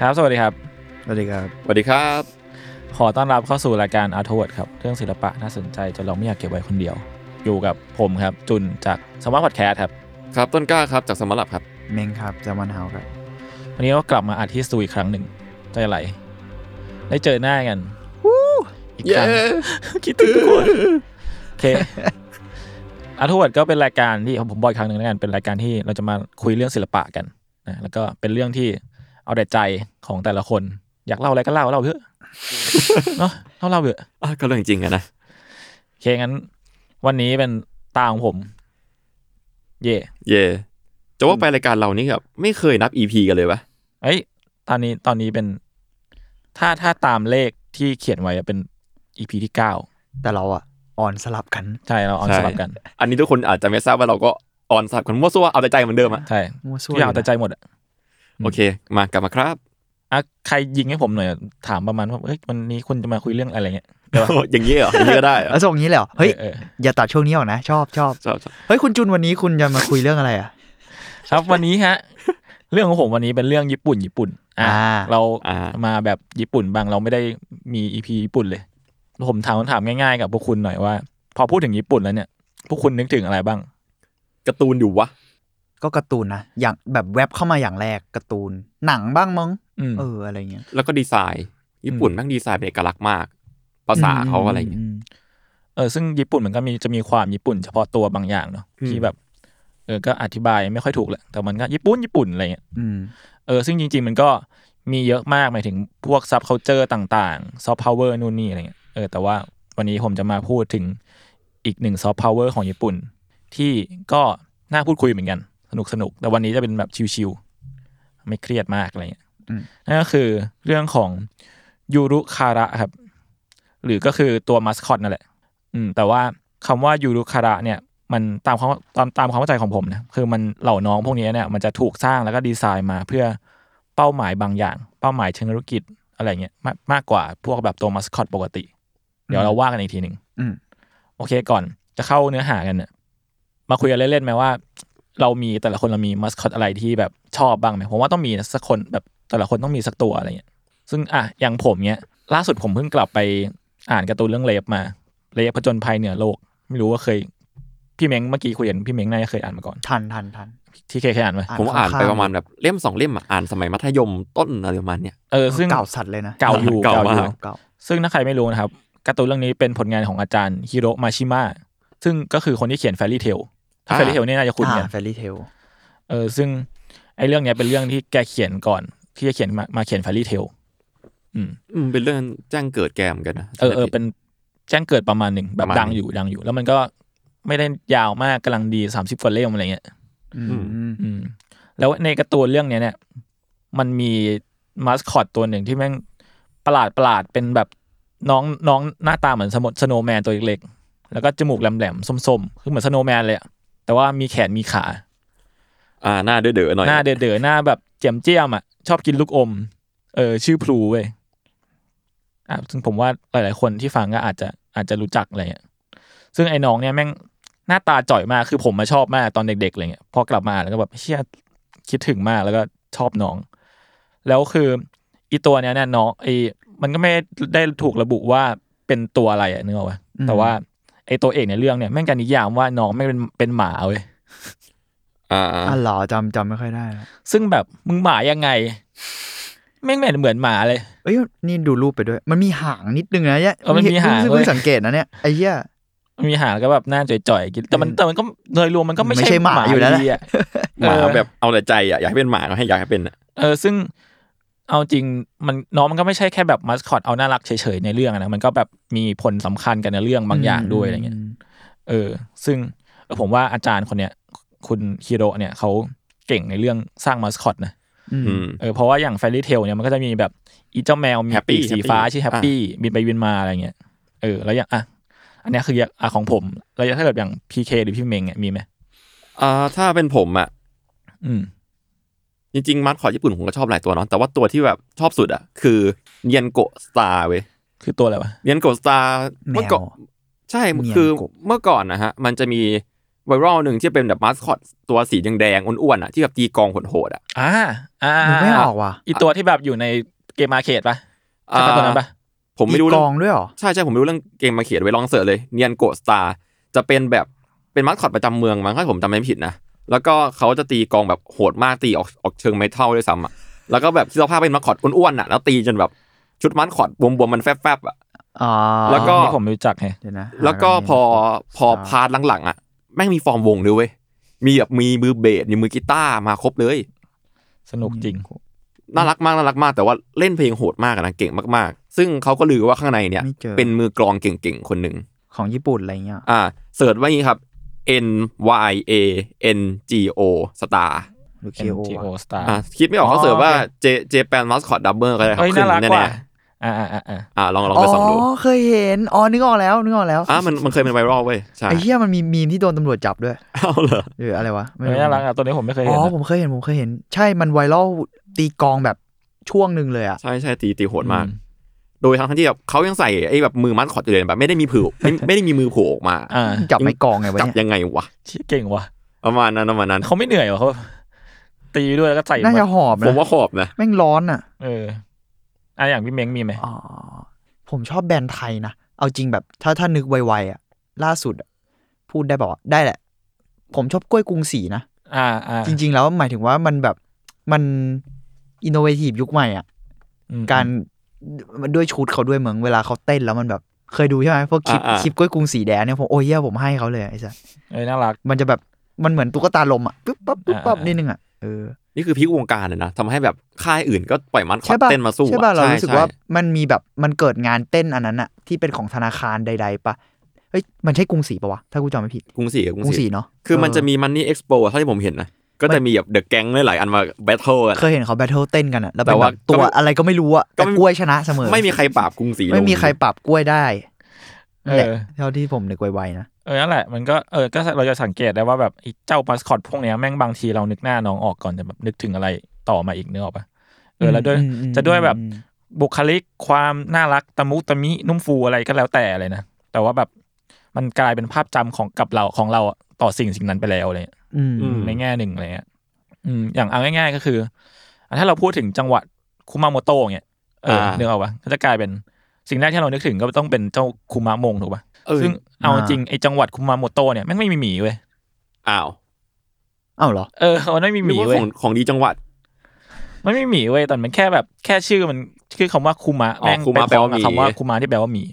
ครับ สวัสดีครับ สวัสดีครับ สวัสดีครับ ขอต้อนรับเข้าสู่รายการอาร์ทเวิร์ดครับ เรื่องศิลปะน่าสนใจจนเราไม่อยากเก็บไว้คนเดียว อยู่กับผมครับ จุนจากสมาร์ทพอดแคสต์ครับ ครับต้นกล้าครับจากสมาร์ทลับครับ เมงครับจากวันเฮาครับ วันนี้ก็กลับมาอัดที่สตูอีกครั้งหนึ่งใจไหลได้เจอหน้ากันอีกครั้ง คิดถึงทุกคนโอเค อาร์ทเวิร์ดก็เป็นรายการที่ผมบอกอีกครั้งหนึ่งแล้วกันเป็นรายการที่เราจะมาคุยเรื่องศิลปะกันนะแล้วก็เป็นเรื่องที่เอาแต่ใจของแต่ละคน อยากเล่าอะไรก็เล่าเล่าเถอะ เนาะเล่าเล่าเถอะ อ่ะก็เรื่องจริงอะนะ โอเคงั้น วันนี้เป็นตาของผม เย่ เย่จะว่าไปรายการเรานี่แบบไม่เคยนับ EP กันเลยปะ เอ้ย ตอนนี้ตอนนี้เป็น ถ้าถ้าตามเลขที่เขียนไว้อะเป็นอีพีที่เก้า แต่เราอ่ะ ออนสลับกัน ใช่เราออนสลับกัน อันนี้ทุกคนอาจจะไม่ทราบว่าเราก็ออนสับกันมั่วซั่วเอาแต่ใจเหมือนเดิมอะ ใช่ มั่วทุซั่ว กอย่าง เลยนะ แต่ใจหมดอะ โอเค มากลับมาครับ อ่ะใครยิงให้ผมหน่อยถามประมาณว่าเฮ้ยวันนี้คุณจะมาคุยเรื่องอะไรเงี้ย อย่างเงี้ยเหรออย่างเงี้ยก็ได้ เหรอ แล้วส่งนี้เลยเหรอ เฮ้ย เออเออ อย่าตัดช่วงนี้ออกนะ ชอบชอบ ชอบชอบ เฮ้ย คุณจุนวันนี้คุณจะมาคุยเรื่องอะไรอ่ะ ครับวันนี้ฮะ เรื่องของผมวันนี้เป็นเรื่องญี่ปุ่นญี่ปุ่น อ่ะ อ่า เรา อ่า มาแบบญี่ปุ่นบางเราไม่ได้มีอีพีญี่ปุ่นเลย ผมถามคำถามง่ายๆกับพวกคุณหน่อยว่า พอพูดถึงญี่ปุ่นแล้วเนี่ยพวกคุณนึกถึงอะไรบ้าง การ์ตูนอยู่วะ ก็การ์ตูนนะ อย่างแบบแว็บเข้ามาอย่างแรกการ์ตูน หนังบ้างมั้ง อืม เออ อะไรเงี้ย แล้วก็ดีไซน์ ญี่ปุ่นแม่งดีไซน์เป็นเอกลักษณ์มาก ภาษาเขาอะไรอย่างเงี้ย ม เออซึ่งญี่ปุ่นมันก็มีจะมีความญี่ปุ่นเฉพาะตัวบางอย่างเนาะ อืม ที่แบบเออก็อธิบายไม่ค่อยถูกแหละแต่มันก็ญี่ปุ่นญี่ปุ่นอะไรเงี้ย อืม เออซึ่งจริง ๆ มันก็มีเยอะมากหมายถึงพวกซับเคาเจอร์ต่างๆซอฟต์พาวเวอร์นู่นนี่อะไรเงี้ยเออแต่ว่าวันนี้ผมจะมาพูดถึงอีกหนึ่งซอฟต์พาวเวอร์ของญี่ปุ่น ที่ก็น่าพูดคุยเหมือนกัน สนุกสนุกแต่วันนี้จะเป็นแบบชิลๆไม่เครียดมากอะไรเงี้ย อืม นั่นก็คือเรื่องของยูรุคาระครับ หรือก็คือตัวมัสคอตนั่นแหละ อืมแต่ว่าคำว่ายูรุคาระเนี่ยมันตามความตามตามความเข้าใจของผมนะคือมันเหล่าน้องพวกนี้เนี่ยมันจะถูกสร้างแล้วก็ดีไซน์มาเพื่อเป้าหมายบางอย่าง เป้าหมายเชิงธุรกิจอะไรเงี้ยมากมากกว่าพวกแบบตัวมัสคอตปกติ เดี๋ยวเราว่ากันอีกทีหนึ่ง อืม โอเคก่อนจะเข้าเนื้อหากันเนี่ยมาคุยกันเล่นๆไหมว่า เรามีแต่ละคนเรามีมัสคอตอะไรที่แบบชอบบ้างไหมผมว่าต้องมีสักคนแบบแต่ละคนต้องมีสักตัวอะไรเงี้ย ซึ่งอ่ะอย่างผมเนี้ย ล่าสุดผมเพิ่งกลับไปอ่านการ์ตูนเรื่องเลฟมา เลฟผจญภัยเหนือโลก ไม่รู้ว่าเคย พี่เม้งเมื่อกี้คุยกันพี่เม้งน่าจะเคยอ่านมาก่อน ทันทันทัน ที่เคยเคยอ่านไหม อ่าน ผมว่าอ่าน ข้างๆ ไปประมาณแบบเล่มสองเล่มอะอ่านสมัยมัธยมต้นอะไรประมาณเนี้ย เออซึ่ง เก่าสัตว์เลยนะ เก่าอยู่ เก่า อยู่ มาก เก่า ซึ่งถ้าใครไม่รู้นะครับการ์ตูนเรื่องนี้เป็นผลงานของอาจารย์ฮิโรมาชิมะซึ่งก็คือคนที่เขียนแฟรี่เทลถ้า อ่า แฟรี่เทลเนี่ยน่าจะคุ้นกัน แฟรี่เทล เออซึ่งไอ้เรื่องเนี้ยเป็นเรื่องที่แกเขียนก่อนที่จะเขียนมามาเขียนแฟรี่เทลอืม อืมเป็นเรื่องแจ้งเกิดแกมอนกันนะ เออเออเป็นแจ้งเกิดประมาณหนึ่งแบ ป บ ระมาณ ดัง หนึ่ง อยู่ดังอยู่ แล้วมันก็ไม่ได้ยาวมากกำลังดีสามสิบกว่าเล่มอะไรเงี้ย อืม อืมแล้วในการ์ตูนเรื่องเนี้ยเนี่ยมันมีมาสคอตตัวหนึ่งที่แม่งประหลาดประหลาดเป็นแบบน้องน้องหน้าตาเหมือนสมดสโนว์แมนตัวเล็กๆแล้วก็จมูกแหลมๆส้มๆคือเหมือนสโนว์แมนเลยอะแต่ว่ามีแขนมีขา อ่าหน้าเด๋อๆหน่อย หน้าเด๋อๆหน้าแบบเจียมเจียมๆอ่ะ ชอบกินลูกอม เออ ชื่อพลูเว้ยอ่ะซึ่งผมว่าหลายๆคนที่ฟังก็อาจจะอาจจะรู้จักอะไรเงี้ยซึ่งไอ้น้องเนี่ยแม่งหน้าตาจ่อยมากคือผมมาชอบมากตอนเด็กๆอะไรเงี้ยพอกลับมาแล้วก็แบบเชี่ยคิดถึงมากแล้วก็ชอบน้อง แล้วคืออีตัวเนี้ยเนี่ยน้องไอ้ มันก็ไม่ได้ถูกระบุว่าเป็นตัวอะไรอะนึกออกปะ อืม แต่ว่าไอตัวเอกในเรื่องเนี่ยแม่งการนิยามว่าน้องไม่งเป็นเป็นหมาเว้ย อ่า อ๋อเหรอจำจำไม่ค่อยได้ละ ซึ่งแบบมึงหมายังไงแม่งไม่เหมือนหมาเลย เอ้ยนี่ดูรูปไปด้วย มันมีหางนิดนึงนะเนี่ย เออมันมีหาง ซึ่ง เว้ เพิ่ ย งสังเกตนะเนี่ยไอ้เหี้ย มีหางก็แบบหน้าจ่อยๆกินแต่มันแต่มันก็โดยรวมมันก็ไม่ ไม่ใช่หมาอยู่แล้วนะ ดีะ หมาแบบเอาแต่ใจอ่ะอยากให้เป็นหมาก็ให้อยากให้เป็นอะ เออซึ่งเอาจริงมันน้องมันก็ไม่ใช่แค่แบบมัสคอตเอาน่ารักเฉยๆในเรื่องอะนะมันก็แบบมีผลสำคัญกันในเรื่องบางอย่างด้วยอะไรเงี้ยเออ ซึ่งเออผมว่าอาจารย์คนเนี้ยคุณฮิโร่เนี่ยเขาเก่งในเรื่องสร้างมัสคอตนะ อืม อืม เออเพราะว่าอย่างแฟรี่เทลเนี่ยมันก็จะมีแบบอีเจ้าแมวมี Happy ปีกสีฟ้า Happy ชื่อแฮปปี้บินไปบินมาอะไรเงี้ยเออแล้วอย่างอ่ะอันเนี้ยคืออย่างอ่ะของผมแล้วถ้าเกิดอย่างพีเคหรือพี่เมงเนี่ยมีไหม อ่าถ้าเป็นผมอ่ะ อืม จริงๆมัดขอญี่ปุ่นผมก็ชอบหลายตัวเนาะแต่ว่าตัวที่แบบชอบสุดอ่ะ คือเยนโกะสตาร์เว้ย คือตัวอะไรวะ เยนโกะสตาร์ แม เมื่อก่อ ว นใช่ เมียนโกะ คือเมื่อก่อนนะฮะ มันจะมีไวรัลหนึ่งที่เป็นแบบมัสคอตตัวสีแดงๆอ้วนๆอ่ะที่แบบตีกลองโหดๆอ่ะ อ่าอ่า นึกไม่ออกว่ะ อีตัวที่แบบอยู่ในเกมมาเขตปะใช่ปะตัวนั้นปะ ผมไม่รู้ อีก เรื่ อ อง งด้วยเหรอ ใช่ใช่ผมไม่รู้เรื่องเกมมาเขียนไว้ลองเสิร์ชเลยเยนโกะสตาร์จะเป็นแบบเป็นมัสคอตประจำเมืองมั้งถ้าผมจำไม่ผิดนะแล้วก็เขาจะตีกลองแบบโหดมากตีออกออกเชิงไมทัลด้วยซ้ำอ่ะแล้วก็แบบที่เราภาพเป็นมัสคอตอ้วนๆอ่ะแล้วตีจนแบบชุดมัสคอตบวมๆมันแฟบๆอ่ะ อ๋อ แล้วก็ อันนี้ผมรู้จักไง เดี๋ยนะหา แล้วก็ นนี่ พอพอพาร์ทหลังๆอ่ะแม่งมีฟอร์มวงด้วยเว้ยมีแบบมีมือเบสมีมือกีตาร์มาครบเลย สนุกจริง น่ารักมากน่ารักมากแต่ว่าเล่นเพลงโหดมากอะนะเก่งมากๆ ซึ่งเขาก็ลือว่าข้างในเนี่ย ไม่เจอ เป็นมือกลองเก่งๆ คนหนึ่ง ของญี่ปุ่นอะไรเงี้ย อ่าเสิร์ชว่านี้ครับ N Y A N G O Star หรือเค n โอ t o Star อ่าคิดไม่ออกเขาเสิร์ชว่า J J Japan Mascot Double ก็ได้ครับ เฮ้ย ขึ้ น่ารักว่ะ แน่ อ่าอ่าอ่าอ่า ๆอ่าลองลอง อ๋ ไปส่องดู อเคยเห็นอ๋อนึกออกแล้วนึกออกแล้ว อ่ามันมันเคยเป็นไวรัลเว้ยใช่ ไอ้เหี้ยมันมีมีมที่โดนตำรวจจับด้วย เอาเหรอ หรืออะไรวะไม่ เฮ้ยน่ารักอ่ะตัวนี้ผมไม่เคย อ๋ เห็น อ นะ ผมเคยเห็นผมเคยเห็น ใช่มันไวรัลตีกลองแบบช่วงหนึ่งเลยอ่ะ ใช่ใช่ตีตีโหดมาก อื โดยทั้งที่แบบเขายังใส่ไอ้แบบมือมัดขอดอยู่เลยแบบไม่ได้มีผือไม่ไม่ได้มีมือโผล่ออกมา อ่า จับไม้กลองไงวะ จับ เนี่ย ยังไงวะ เชี่ยเก่งว่ะ ประมาณนั้นประมาณนั้น เขาไม่เหนื่อยเหรอเขาแบบตีด้วยแล้วก็ใส่ น่าจะ มา หอบ ผ นะ มว่าขอบนะ แม่งร้อนอ่ะ เอออ่ะอย่างพี่เม้งมีไหม อ๋อผมชอบแบรนด์ไทยนะเอาจริงแบบถ้าถ้านึกไวๆอ่ะล่าสุดอะพูดได้บอกได้แหละ ผมชอบกล้วยกรุงศรีนะ อ่าอ่า จริง ๆ แล้วหมายถึงว่ามันแบบมันอินโนเวทีฟยุคใหม่อ่ะ อืม การมันด้วยชุดเขาด้วยเหมือนเวลาเขาเต้นแล้วมันแบบเคยดูใช่ไหมพวกคลิป าๆ คลิปกล้วยกรุงสีแดงเนี่ยผมโอ้ยเหี้ยผมให้เขาเลยอะไอ้สัส เอ้ยน่ารัก มันจะแบบมันเหมือนตุ๊กตาลมอ่ะปึ๊บปั๊บปึ๊บปั๊บ อ่าๆ นิดนึงอ่ะเออ นี่คือพลิกวงการเลยนะทำให้แบบค่ายอื่นก็ปล่อยมัดขอ ใช่ ด ป่ะ เต้นมาสู้ ใช่ป่ะเรารู้สึกว่า ใช่ มันมีแบบมันเกิดงานเต้นอันนั้นอ่ะที่เป็นของธนาคารใด ๆป่ะเฮ้ยมันใช่กรุงศรีป่ะวะถ้ากูจำไม่ผิด กรุงศรีก กรุ รุ ง งศศรี รี เนาะ คือมันจะ เ มีมันนี่เอ็กซ์โปเท่าที่ผมเห็นนะก็จะมีแบบเดอะแก๊งหลายๆอันมาแบทเทิลกัน เคยเห็นเขาแบทเทิลเต้นกันอ่ะแล้วเป็ แต่ นแบ ว่า บตัวอะไรก็ไม่รู้อ่ะ ก็ แต่ ไม่ กล้วยชนะเสมอ ไม่มีใครปราบกรุงศรี ไม่มี ลง ใครปรับกล้วยได้ เอ แหละ อ เท่าที่ผมนึกไวๆนะ เออนั่นแหละมันก็เออก็เราจะสังเกตได้ว่าแบบไอ้เจ้ามัสคอตพวกเนี้ยแม่งบางทีเรานึกหน้าน้องออกก่อนแต่แบบนึกถึงอะไรต่อมาอีกนึกออกปะเออแล้วด้วย อืมอืมอืม จะด้วยแบบ อืม บุคลิกความน่ารักตะมุตะมินุ่มฟูอะไรก็แล้วแต่เลยนะ แต่ว่าแบบมันกลายเป็นภาพจำของกับเราของเราอะต่อสิ่งสิ่งนั้นไปแล้วอะไรเลย อืม อืม ในแง่หนึ่งอะไรเงี้ยอืมอย่างเอาง่าย ๆ ก็คืออ่ะถ้าเราพูดถึงจังหวัดคุมาโมโตะเนี่ยเอออา เนื้อออกปะก็จะกลายเป็นสิ่งแรกที่เรานึกถึงก็ต้องเป็นเจ้าคุมะมงถูกปะ เออ ซึ่งเอาจริงไอ้จังหวัดคุมาโมโตะเนี่ยแม่งไม่มีหมีเว้ย อ้าว อ้าวเหรอ เออมันไม่มีห นึ มี กว่า เว้ ข ย องของดีจังหวัด มันไม่มีหมีเว้ยแต่มันแค่แบบแค่ชื่อมันชื่อคำว่าคุมะ อ๋อ แม่ง คุ ไป มะ พร้อมกับ แปลว่าคำหมีว่าคุมะที่แปลว่าหมี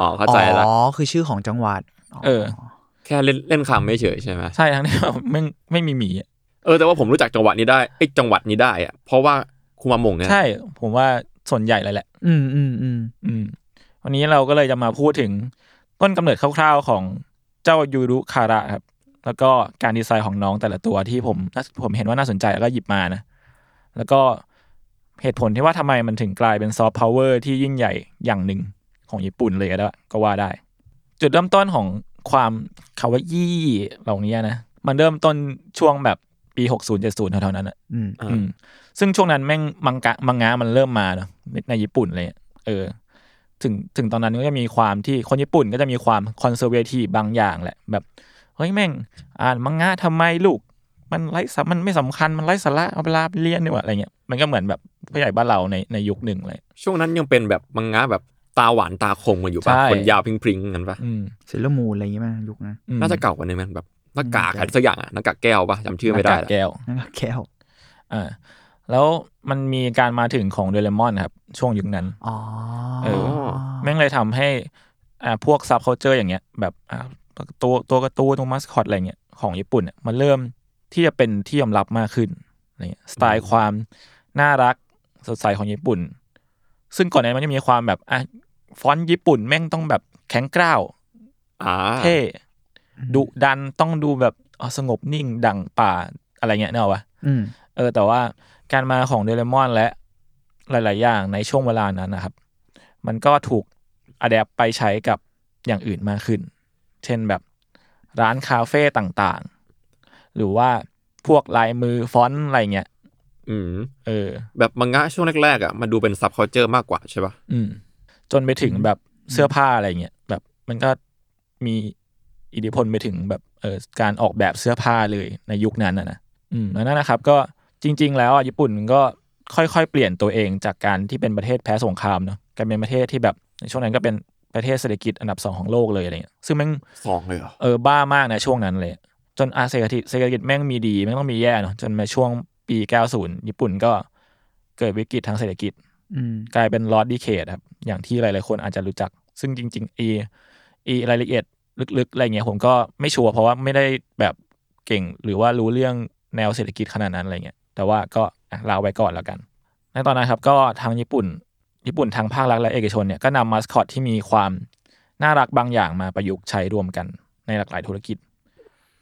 อ๋อเข้าใจละ อ๋อ คือชื่อของจังหวัด เออ แค่เล่นเล่นคำไม่เฉยใช่ไหม ใช่ทั้งที่แบบไม่ไม่มีหมีอะ เออแต่ว่าผมรู้จักจังหวัดนี้ได้ไอ้ยจังหวัดนี้ได้อะเพราะว่าคุมามงเนี่ย ใช่ ผมว่าส่วนใหญ่เลยแหละ อืมอืมอืม อืม วันนี้เราก็เลยจะมาพูดถึงต้นกำเนิดคร่าวๆของเจ้ายูรุคาระครับ แล้วก็การดีไซน์ของน้องแต่ละตัวที่ผมน่าผมเห็นว่าน่าสนใจแล้วก็หยิบมานะ แล้วก็เหตุผลที่ว่าทำไมมันถึงกลายเป็นซอฟต์พาวเวอร์ที่ยิ่งใหญ่อย่างหนึ่งของญี่ปุ่นเลยก็ได้ก็ว่าได้ จุดเริ่มต้นของความคาวาอี้เหล่านี้นะ มันเริ่มต้นช่วงแบบปี 60-70เท่าๆนั้นอะ อืม อืมซึ่งช่วงนั้นแม่งมังกะมังงะมันเริ่มมาเนอะในในญี่ปุ่นเลยอะเออ ถึงถึงตอนนั้นก็จะมีความที่คนญี่ปุ่นก็จะมีความคอนเซอร์เวทีบางอย่างแหละ แบบ เฮ้ยแม่ง อ่านมังงะทำไมลูก มันไร้สามันไม่สำคัญมันไร้สาระเอาเวลาไปเรียนดีกว่าอะไรเงี้ยมันก็เหมือนแบบผู้ใหญ่บ้านเราในในยุคหนึ่งเลย ช่วงนั้นยังเป็นแบบมังงะแบบตาหวานตาคมกันอยู่ป่ะ ใช่ คนยาวพริ้งๆกันป่ะ อืม เซเลอร์มูนอะไรอย่างงี้ไหมยุคนั้น อืม น่าจะเก่ากว่านี้มั้ยแบบหน้ากากอะไรสักอย่างอะหน้ากากแก้วป่ะจำชื่อไม่ได้ หน้ากาก ละ แก้ว นั่นก็แก้ว อ่าแล้วมันมีการมาถึงของเดเรมอนนะครับ ช่วงยุคนั้น อ๋อ เออ แม่งเลยทำให้อ่าพวกซับเคาเจอร์อย่างเงี้ยแบบอ่าตัวตัวการ์ตูนตัวมัสคอตอะไรเงี้ยของญี่ปุ่นเนี่ยมันเริ่มที่จะเป็นที่ยอมรับมากขึ้นอะไรเงี้ยสไตล์ความน่ารักสดใสของญี่ปุ่น ซึ่งก่อนหนานี้มันจะมีความแบบอ่ะฟอนต์ญี่ปุ่นแม่งต้องแบบแข็งกร้าว อ่า เท่ดุดันต้องดูแบบอ๋อสงบนิ่งดั่งป่าอะไรเงี้ยเนกอะวะ อืม เออแต่ว่าการมาของเดเรมอนและหลาย ๆ อย่างในช่วงเวลานั้นนะครับ มันก็ถูกอัดแอปไปใช้กับอย่างอื่นมากขึ้น เช่นแบบร้านคาเฟ่ต่างๆ หรือว่าพวกลายมือฟอนต์อะไรเงี้ย อืม เออ แบบมังงะช่วงแรกๆอ่ะมันดูเป็นซับเคาเจอร์มากกว่าใช่ป่ะ อืม จนไปถึงแบบเสื้อผ้าอะไรเงี้ยแบบมันก็มีอิทธิพลไปถึงแบบเออการออกแบบเสื้อผ้าเลยในยุคนั้นนะนะอืมแล้วนั่นนะครับ ก็จริง ๆ แล้วอ่ะญี่ปุ่นก็ค่อยๆ เปลี่ยนตัวเองจากการที่เป็นประเทศแพ้สงครามเนาะกลายเป็นประเทศที่แบบในช่วงนั้นก็เป็นประเทศเศรษฐกิจอันดับสองของโลกเลยอะไรเงี้ยซึ่งแม่ง สองเลยเหรอ เออบ้ามากนะช่วงนั้นเลย จนอาเศรษฐกิจเศรษฐกิจแม่งมีดีแม่งต้องมีแย่เนาะจนมาช่วงปี 90 ญี่ปุ่นก็เกิดวิกฤตทางเศรษฐกิจ อืม กลายเป็นลอ d ดีเคทครับ อย่างที่หลาย ๆ คนอาจจะรู้จัก ซึ่งจริงๆเอเอรายละเอียดลึก ๆ อะไรเงี้ยผมก็ไม่ชัวร์เพราะว่าไม่ได้แบบเก่งหรือว่ารู้เรื่องแนวเศรษฐกิจขนาดนั้นอะไรเงี้ยแต่ว่าก็อ่ะลาไว้ก่อนแล้วกัน ในตอนนั้นครับก็ทางญี่ปุ่น ญี่ปุ่นทางภาครัฐและเอกชนเนี่ยก็นำมาสคอตที่มีความน่ารักบางอย่างมาประยุกต์ใช้ร่วมกันในหลากหลายธุรกิจ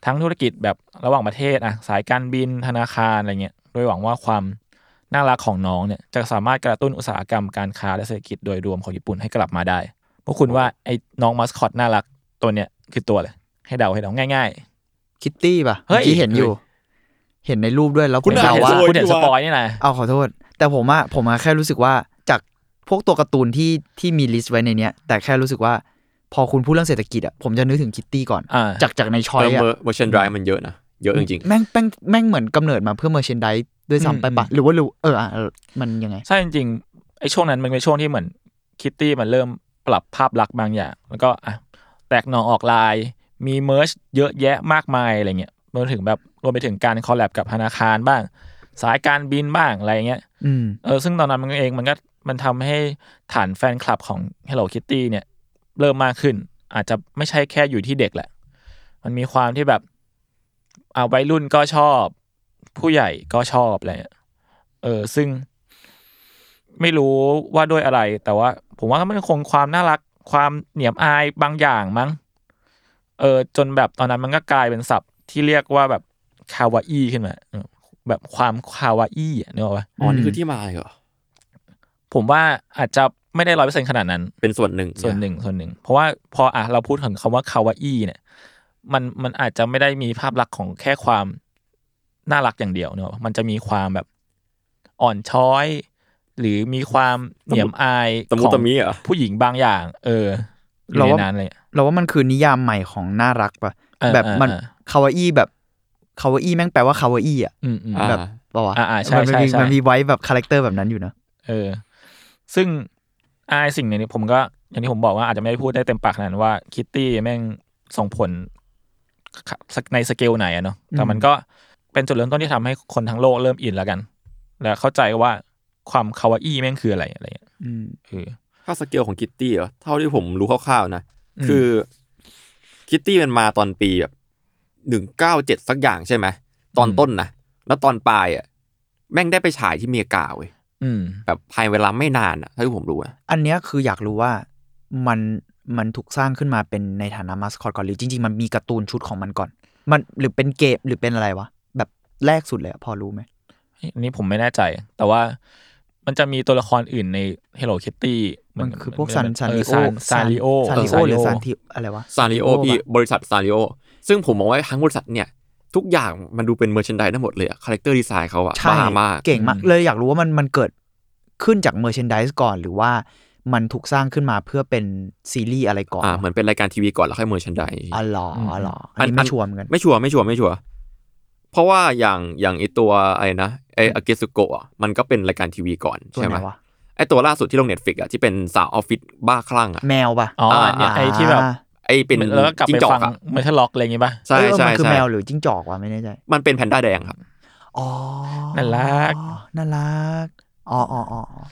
ทั้งธุรกิจแบบระหว่างประเทศอ่ะสายการบินธนาคารอะไรเงี้ยโดยหวังว่าความน่ารักของน้องเนี่ยจะสามารถกระตุ้นอุตสาหกรรมการค้าและเศรษฐกิจโดยรวมของญี่ปุ่นให้กลับมาได้พวกคุณว่าไอ้น้องมัสคอตน่ารักตัวเนี่ยคือตัวเลย ให้เดาให้เดาง่าย คิตตี้ป่ะ เฮ้ เมื่ ย อกี้เห็นอยู่ เห็นในรูปด้วยแล้วผ ๆคุ ม ณ เดา เห็น ว่า คุณเห็นสปอยนี่นะ เอาขอโทษ แต่ผมอะผมอะแค่รู้สึกว่าจากพวกตัวการ์ตูนที่ที่มีลิสต์ไว้ในเนี้ย แต่แค่รู้สึกว่าพอคุณพูดเรื่องเศรษฐกิจอะผมจะนึกถึงคิตตี้ก่อน อ่า จากจากในชอย เติม อะ เมอร์เมอร์ชันดรายมันเยอะนะเยอะจริง แม่งแม่งแม่งเหมือนกำเนิดมาเพื่อเมอร์เชนไดด้วยซ้ำไปปะหรือว่าหรือเอออะมันยังไง ใช่จริงๆไอ้ช่วงนั้นมันเป็นช่วงที่เหมือนคิตตี้มันเริ่มปรับภาพลักษณ์บางอย่าง แล้วก็อ่ะแตกหน่อออกลายมีเมอร์ชเยอะแยะมากมายอะไรเงี้ยรวมถึงแบบรวมไปถึงการคอลแลบกับธนาคารบ้าง สายการบินบ้างอะไรเงี้ย อืม เออซึ่งตอนนั้นมันเองมันก็มันทำให้ฐานแฟนคลับของ Hello Kitty เนี่ย เริ่มมากขึ้น อาจจะไม่ใช่แค่อยู่ที่เด็กแหละ มันมีความที่แบบอาวัยรุ่นก็ชอบ ผู้ใหญ่ก็ชอบอะไรเงี้ยเออซึ่ง ไม่รู้ว่าด้วยอะไร แต่ว่า ผมว่ามันคงความน่ารักความเหนียมอายบางอย่างมั้งเออจนแบบตอนนั้นมันก็กลายเป็นศัพท์ที่เรียกว่าแบบคาวาอีขึ้นมาเออแบบความคาวาอีอะนึกออกปะ ๆอ๋อนี่คือที่มาเหรอ ผมว่าอาจจะไม่ได้ร้อยเปอร์เซ็นขนาดนั้น เป็นส่วนหนึ่ง ส่วนหนึ่งส่วนหนึ่ง เพราะว่าพออ่ะเราพูดถึงคำว่าคาวาอี้เนี่ยมันมันอาจจะไม่ได้มีภาพลักษณ์ของแค่ความน่ารักอย่างเดียวเนอะมันจะมีความแบบอ่อนช้อย หรือมีความเหนียมอาย ตะมุ ของ ตะมีเหรอ ผู้หญิงบางอย่าง เอออยู่ เรา ใน ว่า นั้นเลย เราว่ามันคือนิยามใหม่ของน่ารักปะ เออ แบบ เออ มัน เออ คาวาอี้แบบคาวาอี้แม่งแปลว่าคาวาอี้อะ อืมอืม อ่า แบบปะวะ อ่าอ่าใช่ มันมี ใช่ใช่ มันมีไว้แบบคาแรคเตอร์แบบนั้นอยู่นะ เออ ซึ่งไอสิ่งหนึ่งนี้ผมก็อย่างที่ผมบอกว่าอาจจะไม่ได้พูดได้เต็มปากขนาดนั้นว่าคิตตี้แม่งส่งผลในสเกลไหนอะเนาะแต่มันก็เป็นจุดเริ่มต้นที่ทำให้คนทั้งโลกเริ่มอินแล้วกัน แล้วเข้าใจว่าความคาวาอี้แม่งคืออะไรอะไรอย่างเงี้ย อืม เออ ถ้าสเกลของคิตตี้เหรอเท่าที่ผมรู้คร่าวๆนะ อืม คือคิตตี้มันมาตอนปีแบบหนึ่งเก้าเจ็ดสักอย่างใช่ไหม ตอนต้นนะแล้วตอนปลายอ่ะแม่งได้ไปฉายที่อเมริกาเว้ย อืม แบบภายเวลาไม่นานอ่ะเท่าที่ผมรู้นะ อันเนี้ยคืออยากรู้ว่ามันมันถูกสร้างขึ้นมาเป็นในฐานะมาสคอตก่อนหรือจริง ๆ มันมีการ์ตูนชุดของมันก่อน มันหรือเป็นเกมหรือเป็นอะไรวะ แบบแรกสุดเลยอะพอรู้ไหม อันนี้ผมไม่แน่ใจ แต่ว่ามันจะมีตัวละครอื่นใน Hello Kitty เห มัน น คือพวกซันซัน เอ ลิ อ โอ ซานลิโอ ซานลิโอ เ Sanrio หรือซันที่อะไรวะ ซาริโอพี่ ปะ บริษัทซาริโอซึ่งผมมองว่าทั้งบริษัทเนี่ย ทุกอย่างมันดูเป็นเมอร์ชนดายทั้งหมดเลยคาแรคเตอร์ดีไซน์เขาอะ ใช่ บ้ามาก เก่งมากเลยอยากรู้ว่ามันมันเกิดขึ้นจากเมอร์เชนดิสก่อน หรือว่ามันถูกสร้างขึ้นมาเพื่อเป็นซีรีส์อะไรก่อน อ่าเหมือนเป็นรายการทีวีก่อนแล้วค่อยเมอร์ชนดาย อ๋อเหรออ๋อเหรออันนี้ อั ไม่ น ชัวร์เหมือนกัน ไม่ชัวร์ไม่ชัวร์ไม่ชัวร์ เพราะว่าอย่างอย่างไอตัวไอ้นะไออากิสุโกะมันก็เป็นรายการทีวีก่อน ตัว ใช่ ไห ไหม นวะ ไอตัวล่าสุดที่ลงเน็ตฟิกอะที่เป็นสาวออฟฟิศบ้าคลั่งอะ แมวปะ อ๋อ อ่า อันเนี่ยไอ้ที่แบบ อ่า ไอเป็น แล้วก็กลับ จิ้ ไป งจอ ฟั ก ง อะ ไม่ใช่ล็อกอะไรอย่างงี้ป่ะ ใช่ เออ ใช่ มันคือ ใช่ แมวหรือจิ้งจอกวะไม่แน่ใจ มันเป็นแพนด้าแดงครับ อ๋อ น่ารัก น่ารักอ๋ออ๋ออ๋ออ๋อ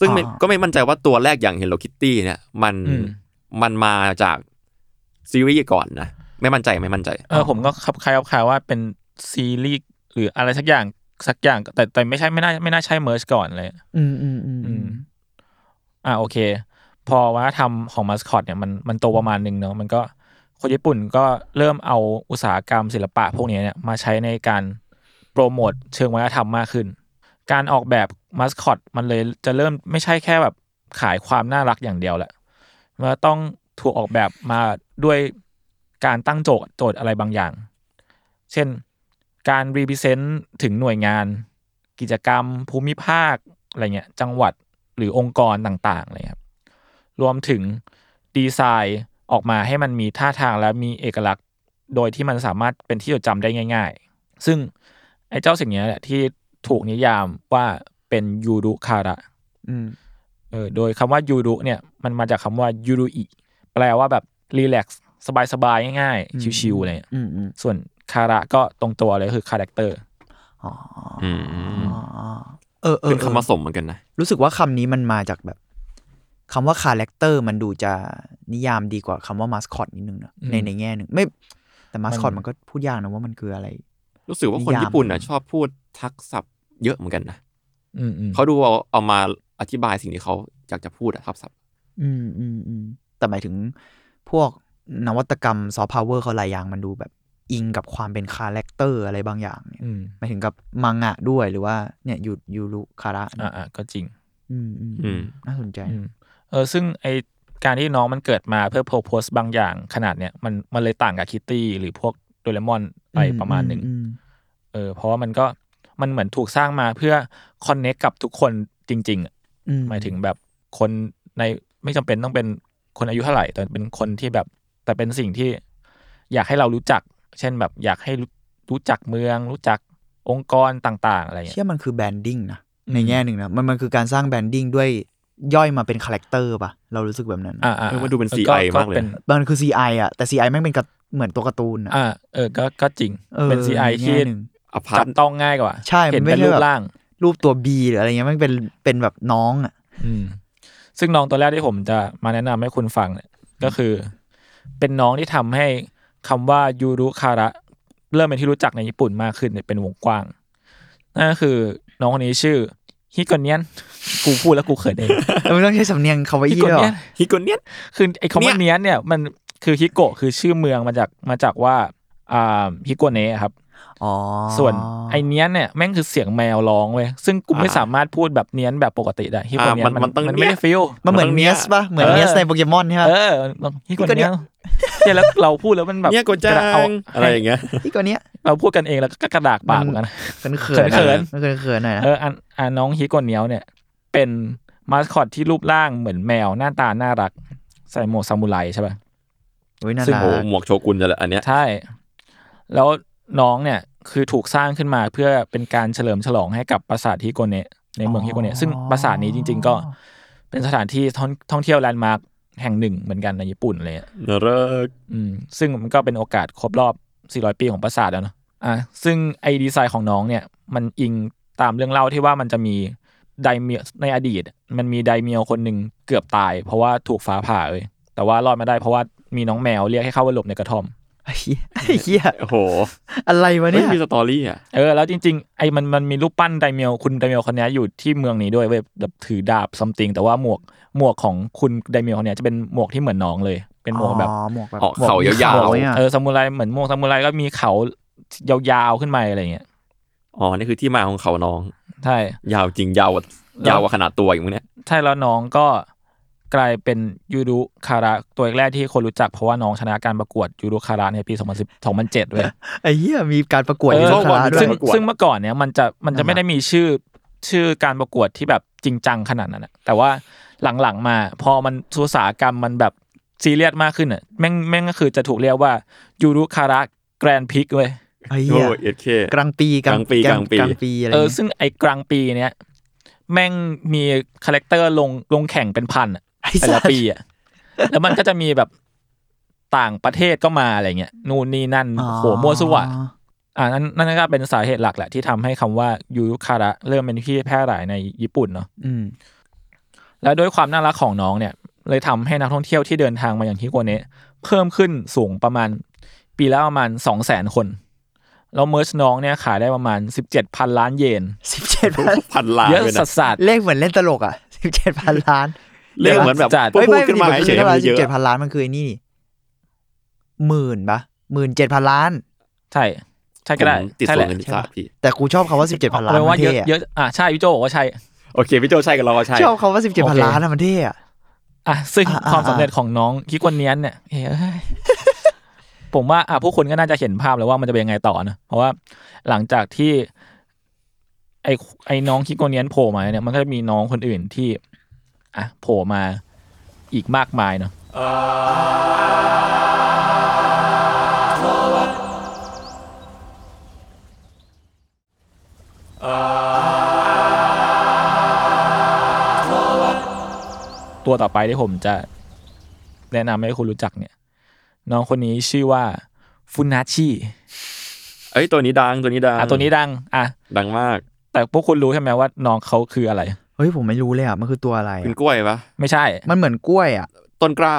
ซึ่งไม่ อ่า ก็ไม่มั่นใจว่าตัวแรกอย่าง Hello Kitty เนี่ยมัน อืม มันมาจากซีรีส์ก่อนนะ ไม่มั่นใจไม่มั่นใจ เออผมก็คับคล้ายคับคล้ายว่าเป็นซีรีส์หรืออะไรสักอย่างสักอย่างแต่แต่ไม่ใช่ไม่น่าไม่น่าใช่เมิร์ชก่อนเลย อืมอืมอืม อื อื ม ม อ่าโอเค พอวัฒนธรรมของมัสคอตเนี่ยมันมันโตประมาณหนึ่งเนาะมันก็คนญี่ปุ่นก็เริ่มเอาอุตสาหกรรมศิลปะพวกเนี้ยเนี่ยมาใช้ในการโปรโมทเชิงวัฒนธรรมมากขึ้น การออกแบบมัสคอตมันเลยจะเริ่มไม่ใช่แค่แบบขายความน่ารักอย่างเดียวแหละมันต้องถูกออกแบบมาด้วยการตั้งโจทย์โจทย์อะไรบางอย่าง เช่นการรี p r e เซนต์ถึงหน่วยงาน กิจกรรม ภูมิภาคอะไรเงี้ยจังหวัดหรือองค์กรต่างๆอะไรเลยครับรวมถึงดีไซน์ออกมาให้มันมีท่าทางและมีเอกลักษณ์ โดยที่มันสามารถเป็นที่จดจำได้ง่าย ๆ ซึ่งไอ้เจ้าสิ่งเนี้ยแหละที่ถูกนิยามว่าเป็นยูรุคาระ อืม เออโดยคำว่ายูรุเนี่ยมันมาจากคำว่ายูรุอิแปลว่าแบบรีแลกซ์สบายๆง่ายๆชิวๆอะไรเลย อืมอืม ส่วนคาระก็ตรงตัวเลยคือคาแรคเตอร์ อ๋อ อืม อ๋อเออเออ เป็น เออ คำผสมเหมือนกันนะ รู้สึกว่าคำนี้มันมาจากแบบคำว่าคาแรคเตอร์มันดูจะนิยามดีกว่าคำว่ามาสคอตนิดนึงนะ อืม ในในแง่หนึ่งไม่ แต่มาสคอต มัน มันก็พูดยากนะว่ามันคืออะไร รู้สึกว่าคน นิยาม ญี่ปุ่นน่ะชอบพูดทักศัพท์เยอะเหมือนกันนะ อืมอืม เขาดูเอาเอามาอธิบายสิ่งที่เขาอยากจะพูดอะทับศัพท์ อืมอืมอืมแต่หมายถึงพวกนวัตกรรมซอฟต์พาวเวอร์เขาหลายอย่างมันดูแบบอิงกับความเป็นคาแรคเตอร์อะไรบางอย่างเนี่ย อืม หมายถึงกับมังงะด้วยหรือว่าเนี่ยยูยูรุคาระ อ่าอ่าก็จริง อืมอืม อืม น่าสนใจ อืมเออซึ่งไอการที่น้องมันเกิดมาเพื่อโพโพสบางอย่างขนาดเนี้ยมันมันเลยต่างกับคิตตี้หรือพวกโดเรมอนไปประมาณหนึ่ง อืม เออเพราะว่ามันก็มันเหมือนถูกสร้างมาเพื่อคอนเน c กกับทุกคนจริง ๆอะ อื หมายถึงแบบคนในไม่จำเป็นต้องเป็นคนอายุเท่าไหร่ แต่เป็นคนที่แบบแต่เป็นสิ่งที่อยากให้เรารู้จัก เช่นแบบอยากให้รู้รู้จักเมือง รู้จักองค์กรต่าง ๆ อะไรอย่างเงี้ย เชื่อมันคือแบรนดิ้งนะ อืม ในแง่หนึ่งนะมันมันคือการสร้างแบรนดิ้งด้วยย่อยมาเป็นคาแรคเตอร์ป่ะ เรารู้สึกแบบนั้น อ่าอ่า เออว่าดูเป็น CI มากเลย ป็น มันคือ CI อ่ะ แต่ CI แม่งเป็นการ์ตเหมือนตัวการ์ตูนอะ อ่าเออก็ก็จริงเป็น CI ใน ที่ แง่หนึ่ง อพาร์ จั ต บต้องง่ายกว่า ใช่ เห็น มันไม่ เป็นรูใช่แบ ป บ ร่าง รูปตัว B หรืออะไรเงี้ยแม่งเป็นเป็นแบบน้องอ่ะ อืมซึ่งน้องตัวแรกที่ผมจะมาแนะนำให้คุณฟังเนี่ยก็คือ เป็นน้องที่ทำให้คำว่ายูรุคาระเริ่มเป็นที่รู้จักในญี่ปุ่นมากขึ้นเนี่ยเป็นวงกว้างนั่นก็คือน้องคนนี้ชื่อฮิโกเนียนกูพูดแล้วกูเขิน เอง มันต้องใช้สำเนียงคาไวา ฮิ อี้ โก ด้วยเหร เนีย อน ฮิโกเนียน คือไอ้คำว่า เนี่ย เนี้ยนเนี่ยมันคือฮิโกะคือชื่อเมืองมาจากมาจากว่าอ่าฮิโกเนะครับ อ๋อ ส่วนไอเนี้ยนเนี่ยแม่งคือเสียงแมวร้องเว้ยซึ่งกูไม่สามารถพูดแบบเนี้ยนแบบปกติได้ฮิปโปเนี้ย อ่ามัน นมันต้อง ไม่ เนี้ ได้ ย ฟิล มันเหมือน มันต้อง เนียสป่ะ เหมือน เออ เนียสในโปเกมอนใช่ป่ะ เออมันฮิปโปเนี้ย ฮิปโปเนี้ย เนี่ยแล้วเราพูดแล้วมันแบบ เนี่ยโกจั ระเอา งอะไรอย่างเงี้ย ที่ตัวเนี้ย เราพูดกันเองแล้วก็กระดากปากเหมือนกัน เขินเขิน เขิน เขินเขินๆหน่อยนะ เอออันอันน้องฮิโกเนี้ยเนี่ย เป็นมาสคอตที่รูปร่างเหมือนแมวหน้าตาน่ารัก ใส่หมวกซามูไรใช่ป่ะ โอ้ยน่า ซึ่ง รั โอ้ ก หมวกโชกุนจะแหละอันเนี้ย ใช่ แล้วน้องเนี่ยคือถูกสร้างขึ้นมาเพื่อเป็นการเฉลิมฉลองให้กับปราสาทฮิโกเนะในเมืองฮิโกเนะซึ่งปราสาทนี้จริง ๆ ก็เป็นสถานที่ท่องท่องเที่ยวแลนด์มาร์คแห่งหนึ่งเหมือนกันในญี่ปุ่นเลยอะ น่ารัก อืมซึ่งมันก็เป็นโอกาสครบรอบ 400 ปีของปราสาทแล้วเนาะอ่ะซึ่งไอดีไซน์ของน้องเนี่ย มันอิงตามเรื่องเล่าที่ว่ามันจะมีไดเมียในอดีต มันมีไดเมียวคนหนึ่งเกือบตาย เพราะว่าถูกฟ้าผ่าเลยแต่ว่ารอดมาได้เพราะว่ามีน้องแมวเรียกให้เข้าไปหลบในกระท่อม ไอ้เหี้ยไอ้เหี้ย โอ้โห อะไรวะ ไม่ เนี่ย มีสตอรี่อ่ะ เออแล้วจริงๆไอ้มันมันมีรูปปั้นไดเมียวคุณไดเมียวคนเนี้ยอยู่ที่เมืองนี้ด้วยเว้ยแบบถือดาบซัมติงแต่ว่าหมวกหมวกของคุณไดเมียวคนเนี้ยจะเป็นหมวกที่เหมือนน้องเลย เป็นหมวกแบบ อ๋อหมวกแบบ ออกเขายาวๆ หมกนี่ เออซามูไรเหมือนหมวกซามูไรก็มีเขายาวๆขึ้นมาอะไรอย่างเงี้ย อ๋อนี่คือที่มาของเขาน้อง ใช่ ยาวจริงยาวกว่ายาวกว่าขนาดตัวอย่างมึงเนี่ย ใช่แล้วน้องก็กลายเป็นยูรุคาระตัวแรกที่คนรู้จักเพราะว่าน้องชนะการประกวดยูรุคาระในปี2010 2007เว้ย ไอ้เหี้ยมีการประกวด เออ ยูโรคาระด้วย ซึ่งซึ่งเมื่อก่อนเนี่ยมันจะมันจะไม่ได้มีชื่อชื่อการประกวดที่แบบจริงจังขนาดนั้นนะแต่ว่าหลังๆมาพอมันอุตสาหกรรมมันแบบซีเรียสมากขึ้นอ่ะแม่งแม่งก็คือจะถูกเรียกว่ายูรุคาระแกรนพิกเว้ย ไอ้เหี้ โอ้ ย เอ็ดเค กลางปี กลางปี ก ก ลา ลาง งปี กลางปีอะไร เออ เงี้ย ซึ่งไอ้กลางปีเนี้ยแม่งมีคาแรคเตอร์ลงลงแข่งเป็นพันอะ ไอ้ แต่ สั ละ ส ปีอ่ะแล้วมันก็จะมีแบบต่างประเทศก็มาอะไรเงี้ยนู่นนี่นั่น อ๋อ โหมั่วซั่วอ่านั่นนั่นก็เป็นสาเหตุหลักแหละที่ทำให้คำว่ายูยุคาระเริ่มเป็นที่แพร่หลายในญี่ปุ่นเนาะ อืม และด้วยความน่ารักของน้องเนี่ย เลยทำให้นักท่องเที่ยวที่เดินทางมาอย่างฮิโกเนะเพิ่มขึ้นสูงประมาณ ปีละประมาณสองแสนคนแล้วเมอร์ชน้องเนี่ยขายได้ประมาณสิบเจ็ดพันล้านเยน สิบเจ็ดพัน พันล้าน เยอะ เลย สั นะ สสัส เลขเหมือนเล่นตลกอ่ะสิบเจ็ดพันล้าน เรียกเหมือนแบบ จัด พูดพูดขึ้นมาเฉยๆมัน สิ เย บเจ็ด อะ พันล้านมันคือไอ้นี่นี่หมื่นปะหมื่นเจ็ดพันล้าน ใช่ใช่ก็ได้ ผมติด ใช่ ส่ แห ว ละ นเงินศาสตร์พี่ แต่กูชอบคำว่าสิบเจ็ดพันล้า แป น ล มั ว่านเยอะ เท่ เย อะ อะอ่ะใช่พี่โจบอกว่าใช่ โอเคพี่โจใช่กับเราก็ใช่ ชอบคำว่าสิบเจ็ด โอ พัน เค ล้านอะมันเท่อะ อ่ะซึ่ง อ่ะอ่ะ ความสำเร็จของน้องคิกวนเนียนเนี่ยเอ้ยผมว่าอ่ะผู้คนก็น่าจะเห็นภาพแล้วว่ามันจะเป็นยังไงต่อนะเพราะว่าหลังจากที่ ไอ้ไอ้น้องคิกวนเนียนโผล่มาเนี่ยมันก็จะมีน้องคนอื่นที่ อ่ะโผล่มาอีกมากมายเนาะตัวต่อไปที่ผมจะแนะนำให้คุณรู้จักเนี่ย น้องคนนี้ชื่อว่าฟุนาชิ เอ้ยตัวนี้ดังตัวนี้ดัง อ่ะตัวนี้ดังอ่ะ ดังมาก แต่พวกคุณรู้ใช่ไหมว่าน้องเขาคืออะไร เฮ้ยผมไม่รู้เลยอ่ะ มันคือตัวอะไร เป็น อะ กล้วยปะ ไม่ใช่ มันเหมือนกล้วยอ่ะ ต้นกล้า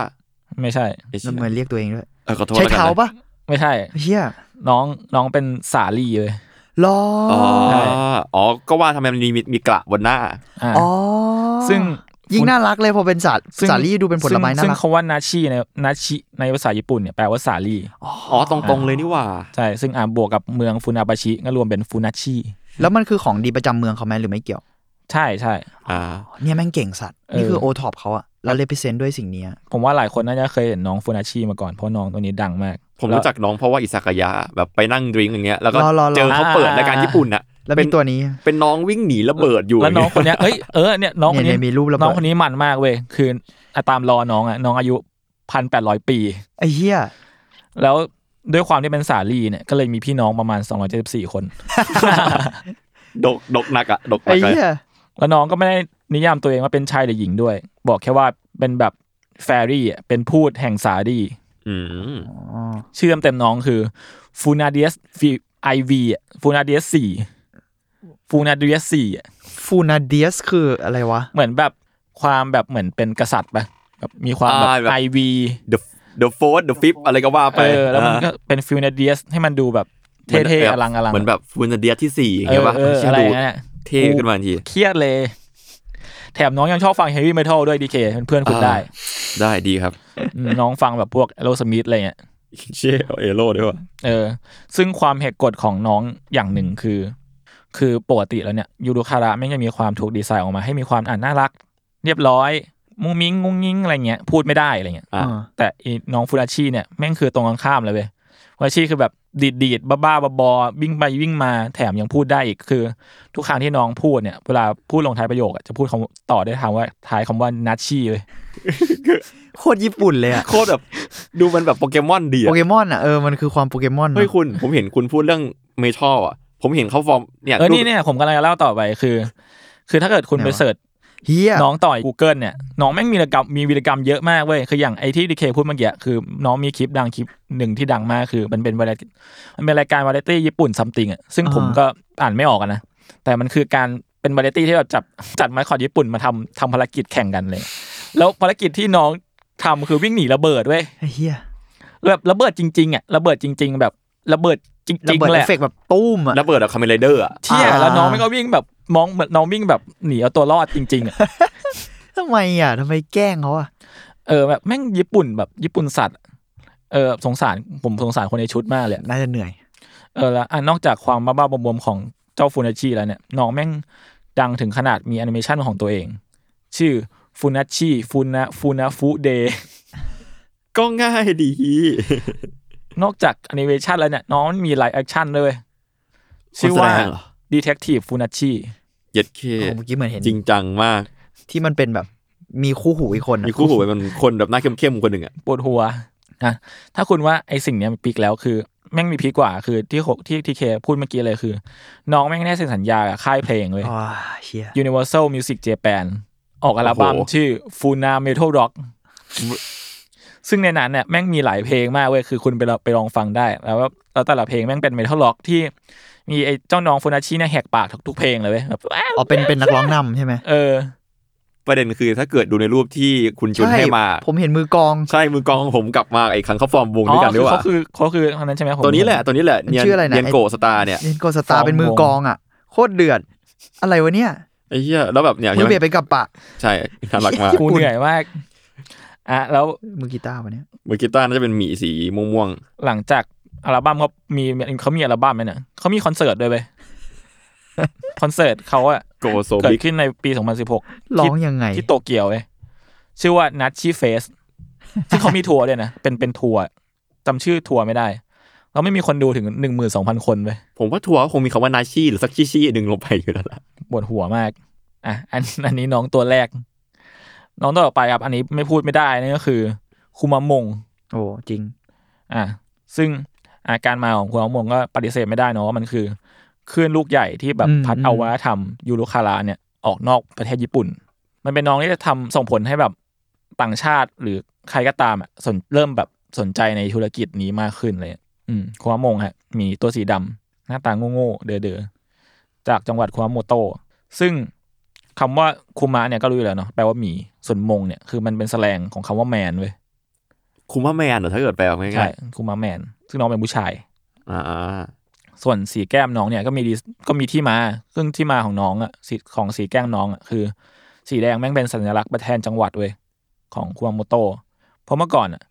ไม่ใช่ เอ้ย มันเหมือนเรียกตัวเองด้วย เออขอโทษ ใช้ แล้วกัน เท้าปะ ไม่ใช่ เฮีย น้องน้องเป็นสาลีเลย ล้อ อ๋ออ๋อก็ว่าทำไมมันมีมีมีกระบนหน้า อ่า อ๋อ ซึ่ง ยิ่งน่ารักเลยพอเป็นสัตว์ ซึ่ง สาลี่ดูเป็นผลไม้ ซึ่ง น่า ซึ่ง รัก เขาว่านาชิในนาชิในภาษาญี่ปุ่นเนี่ยแปลว่าสาลี อ๋อตรงๆเลยนี่หว่า ใช่ ซึ่งอ่าบวกกับเมืองฟุนาบาชิก็รวมเป็นฟุนาชิ แล้วมันคือของดีประจำเมืองเขาไหมหรือไม่เกี่ยว ใช่ใช่ อ่า เนี่ยแม่งเก่งสัตว์ นี่คือ เอ โอ อ ท็อปเขาอะแล้วเลพิเซนด้วยสิ่งเนี้ย ผมว่าหลายคนน่าจะเคยเห็นน้องฟุนาชิมาก่อนเพราะน้องตัวนี้ดังมาก ผม แล้ว รู้จักน้องเพราะว่าอิสากายะแบบไปนั่งดื่มอย่างเงี้ย แล้วก็ รอรอร เจ อ อเขาเปิดรายการญี่ปุ่นอะ แล้ว เป็ มี น ตัวนี้ เป็นน้องวิ่งหนีระเบิดอยู่ แล้วน้องคนเนี้ยเอ้ยเออเนี่ยน้องคน เนี่ นี้ ยเนี่ยมีรูประเบิด น้องคนนี้มันมากเว้ยคืออ่ะตามรอน้องอ่ะน้องอายุพันแปดร้อยปี ไอ้เฮีย แล้วด้วยความที่เป็นสาลีเนี่ยก็เลยมีพี่น้องประมาณ 274 คน ดกดกหนักอะดกหนั ไอ้ กเลย เฮีย แล้วน้องก็ไม่ได้นิยามตัวเองว่าเป็นชายหรือหญิงด้วย บอกแค่ว่าเป็นแบบแฟรี่อ่ะเป็นพูดแห่งสาลี อืม อ๋อ ชื่อเต็มๆน้องคือฟูนาเดียสฟีไอวีฟูนาเดียสสี่ฟูนาเดียสสี่อ่ะ ฟูนาเดียสคืออะไรวะ เหมือนแบบความแบบเหมือนเป็นกษัตริย์ปะแบบมีความแบบไอวี เดอะเดอะโฟร์เดอะฟิปอะไรก็ว่าไป เออ แล้วมันก็เป็นฟิวนาเดียสให้มันดูแบบเท่ๆอลังอลัง เหมือนแบบฟูนาเดียที่สี่อย่าง เออเงี้ย ป่ะ เออ ชื่ อะไร ดู อย่างเงี้ยเนี่ย เท่ขึ้นมาทันที เครียดเลย แถมน้องยังชอบฟังเฮฟวี่เมทัลด้วยดีเคเป็นเพื่อนคุณ อ่า ได้ ได้ดีครับ อืมน้องฟังแบบพวกโรสมิธอะไรเงี้ย เชี่ยเอโร่ด้วยว่ะ เออ ซึ่งความเหตุกฎของน้องอย่างหนึ่งคือ คือปกติแล้วเนี่ยยูรุคาระไม่งจะมีความถูกดีไซน์ออกมาให้มีความอ่านน่ารัก เรียบร้อย มุ้งมิ้งงุ้งงิ้งอะไรเงี้ยพูดไม่ได้อะไรเงี้ย อ่ะ อ่า แต่อีน้องฟูราชิเนี่ยแม่งคือตรงกันข้ามเลยเว้ยฟูราชิคือแบบดีดดีดบ้าบ้าๆบอบอๆวิ่งไปวิ่งมาแถมยังพูดได้อีกคือ ทุกครั้งที่น้องพูดเนี่ยเวลาพูดลงท้ายประโยคอะจะพูดคำต่อได้วยคำว่าท้ายคำว่านัชชีเลย โคตรญี่ปุ่นเลยอะ โคตรแบบดูมันแบบโปเกมอนดี โป อะ เกมอนอะเออมันคือความโปเกมอน เฮ้ย เนอะ คุณผมเห็นคุณพูดเรื่องเมทัลอะผมเห็นเขาฟอร์มเนี่ย เออ รูป นี่เนี่ยผมกำลังจะเล่าต่อไปคือ คือถ้าเกิดคุณไปเสิร์ช เฮีย น้องต่อย Google เนี่ย น้องแม่งมีวีรกรรมมีวีรกรรมเยอะมากเว้ย คืออย่างไอที่ดีเคพูดเมื่อกี้คือ น้องมีคลิปดังคลิปหนึ่งที่ดังมากคือ มันเป็นวาไรมันเป็นรายการวาไรตี้ญี่ปุ่นซัมติงอ่ะซึ่งผมก็อ่านไม่ออกอะนะ แต่มันคือการเป็นวาไรตี้ที่แบบจับจัดมาคอดญี่ปุ่นมาทำทำภารกิจแข่งกันเลย แล้วภารกิจที่น้องทำคือวิ่งหนีระเบิดเว้ย ไอ้เฮีย แบบระเบิดจริงๆอ่ะระเบิดจริง ๆ แบบระเบิดจ ระ ริง เบิด ๆแห เอ ละ ฟเฟกต์แบบตุ้มอะ ระเบิดอะคาเมไรเดอร์อะ เที่ย อ่า แล้วน้องไม่ก็วิ่งแบบมองเหมือนน้องวิ่งแบบหนีเอาตัวรอดจริงๆอ่ะ ทำไมอะทำไมแกล้งเขาอะ เออแบบแม่งญี่ปุ่นแบบญี่ปุ่นสัตว์อะเออสงสารผมสงสารคนในชุดมากเลยอะ น่าจะเหนื่อย เออแล้วอ่ะนอกจากความบ้าๆบวมๆของเจ้าฟูนาชิแล้วเนี่ยน้องแม่งดังถึงขนาดมีแอนิเมชันของตัวเอง ชื่อฟูนาชิฟูนาฟูนาฟูเด ก็ง่ายดี นอกจากแอนิเมชันแล้วเนี่ยน้องมันมีไลฟ์แอคชั่นด้วยเวย คนแสดง ชื่อว่า เหรอ ดีเทคทีฟฟูนาชิ เย็ดเค โอ้เมื่อกี้เหมือนเห็น จริงจังมาก ที่มันเป็นแบบมีคู่หูอีกคนอะ มีคู่หูมันคนแบบหน้าเข้มๆคนหนึ่งอ่ะ ปวดหัวนะถ้าคุณว่าไอสิ่งเนี้ยมันปีกแล้วคือ แม่งมีพีคกว่าคือที่โคที่ทีเคพูดเมื่อกี้เลยคือ น้องแม่งได้เซ็นสัญญากับค่ายเพลงเว้ย อ๋อเชีย Universal Music Japan ออกอัลบั้ม โอ้โห ชื่อ Funa Metal Rock ซึ่งในนั้นเนี่ยแม่งมีหลายเพลงมากเว้ยคือคุณไปลองไปลองฟังได้ แล้วว่าแล้วแต่ละเพลงแม่งเป็น Metal Rock ที่มีไอ้เจ้าน้องฟูนาชิเนี่ยแหกปากทุกๆเพลงเลยเว้ยแบบ อ๋อเป็นเป็นนักร้องนำใช่ไหม เออ ประเด็นคือถ้าเกิดดูในรูปที่คุณจุน ใช่ ให้มา ผมเห็นมือกลอง ใช่มือกลองของผมกลับมาอีกครั้งเขาฟอร์มวงด้วยกันด้วย อ๋อ ว่า คือเขาคือเขาคือคนนั้นใช่ไหมผม ตัวนี้แหละตัวนี้แหละเนียน ชื่ออะไรนะ เนียนโกสตาร์เนี่ย เล่นโกสตาฟอร์ร์ม เป็นมือกลองอ่ะ โคตรเดือด อะไรวะเนี่ย ไอ้เหี้ยแล้วแบบเนี่ย มื ใช่ อ ไหม เบสไปนกับปะ ใช่น่ารักมาก กูเหนื่อยมากอ่ะแล้ว มือกีตาร์วะเนี่ย มือกีตาร์น่าจะเป็นหมีสีม่วง หลังจากอัลบั้มเขามีเขามีอัลบั้มไหมเนี่ยเขามีคอนเสิร์ตด้วยเว้ยคอนเสิร์ตเขาอะ ๆโกโซ เกิ บิ ด ก ขึ้นในปี 2016 ร้องยังไง ที่โตเกียวเว้ยชื่อว่านั c ชีเฟสซึ่งเขามีทัวร์ ด้วยนะ เป็นเป็นทัวร์จำชื่อทัวร์ไม่ได้ เราไม่มีคนดูถึงหนึ่งหมื่นสองพันคนเว้ย ผมว่าทัวร์คงมีคำว่านาชีหรือสักชี่ชี่หนึ่งลงไปอยู่แล้วล่ะ ปวดหัวมากอ่ะอันอันนี้น้องตัวแรก น้องตัวต่อไปครับ อันนี้ไม่พูดไม่ได้นั่นก็คือคุมามง โอ้จริง อ่ะซึ่งอาการมาของคุณอมงก็ปฏิเสธไม่ได้เนอะว่ามันคือคลื่นลูกใหญ่ที่แบบ อืม พัด อืม เอาวัฒนธรรมยูโรคาราเนี่ยออกนอกประเทศญี่ปุ่น มันเป็นน้องที่จะทำส่งผลให้แบบต่างชาติหรือใครก็ตามอ่ะสนเริ่มแบบสนใจในธุรกิจนี้มากขึ้นเลย อืมคุณอมงฮะมีตัวสีดำหน้าตาโง่ๆเด๋อๆจากจังหวัดคุมาโมโตะซึ่งคำว่าคุมะเนี่ยก็รู้อยู่แล้วเนาะแปลว่าหมีส่วนมงเนี่ยคือมันเป็นแสแลงของคำว่าแมนเว้ย คุมาแมนเหรอถ้าเกิดแปลง่า ใช่ ย คุมะแมน ซึ่งน้องเป็นผู้ชาย ๆอ่า ส่วนสีแก้มน้องเนี่ยก็มีดีก็มีที่มา ซึ่งที่มาของน้องอ่ะสีของสีแก้มน้องอ่ะคือ สีแดงแม่งเป็นสัญลักษณ์ประแทนจังหวัดเว้ยของคุมาโมโตะเพราะเมื่อก่อนอ่ะ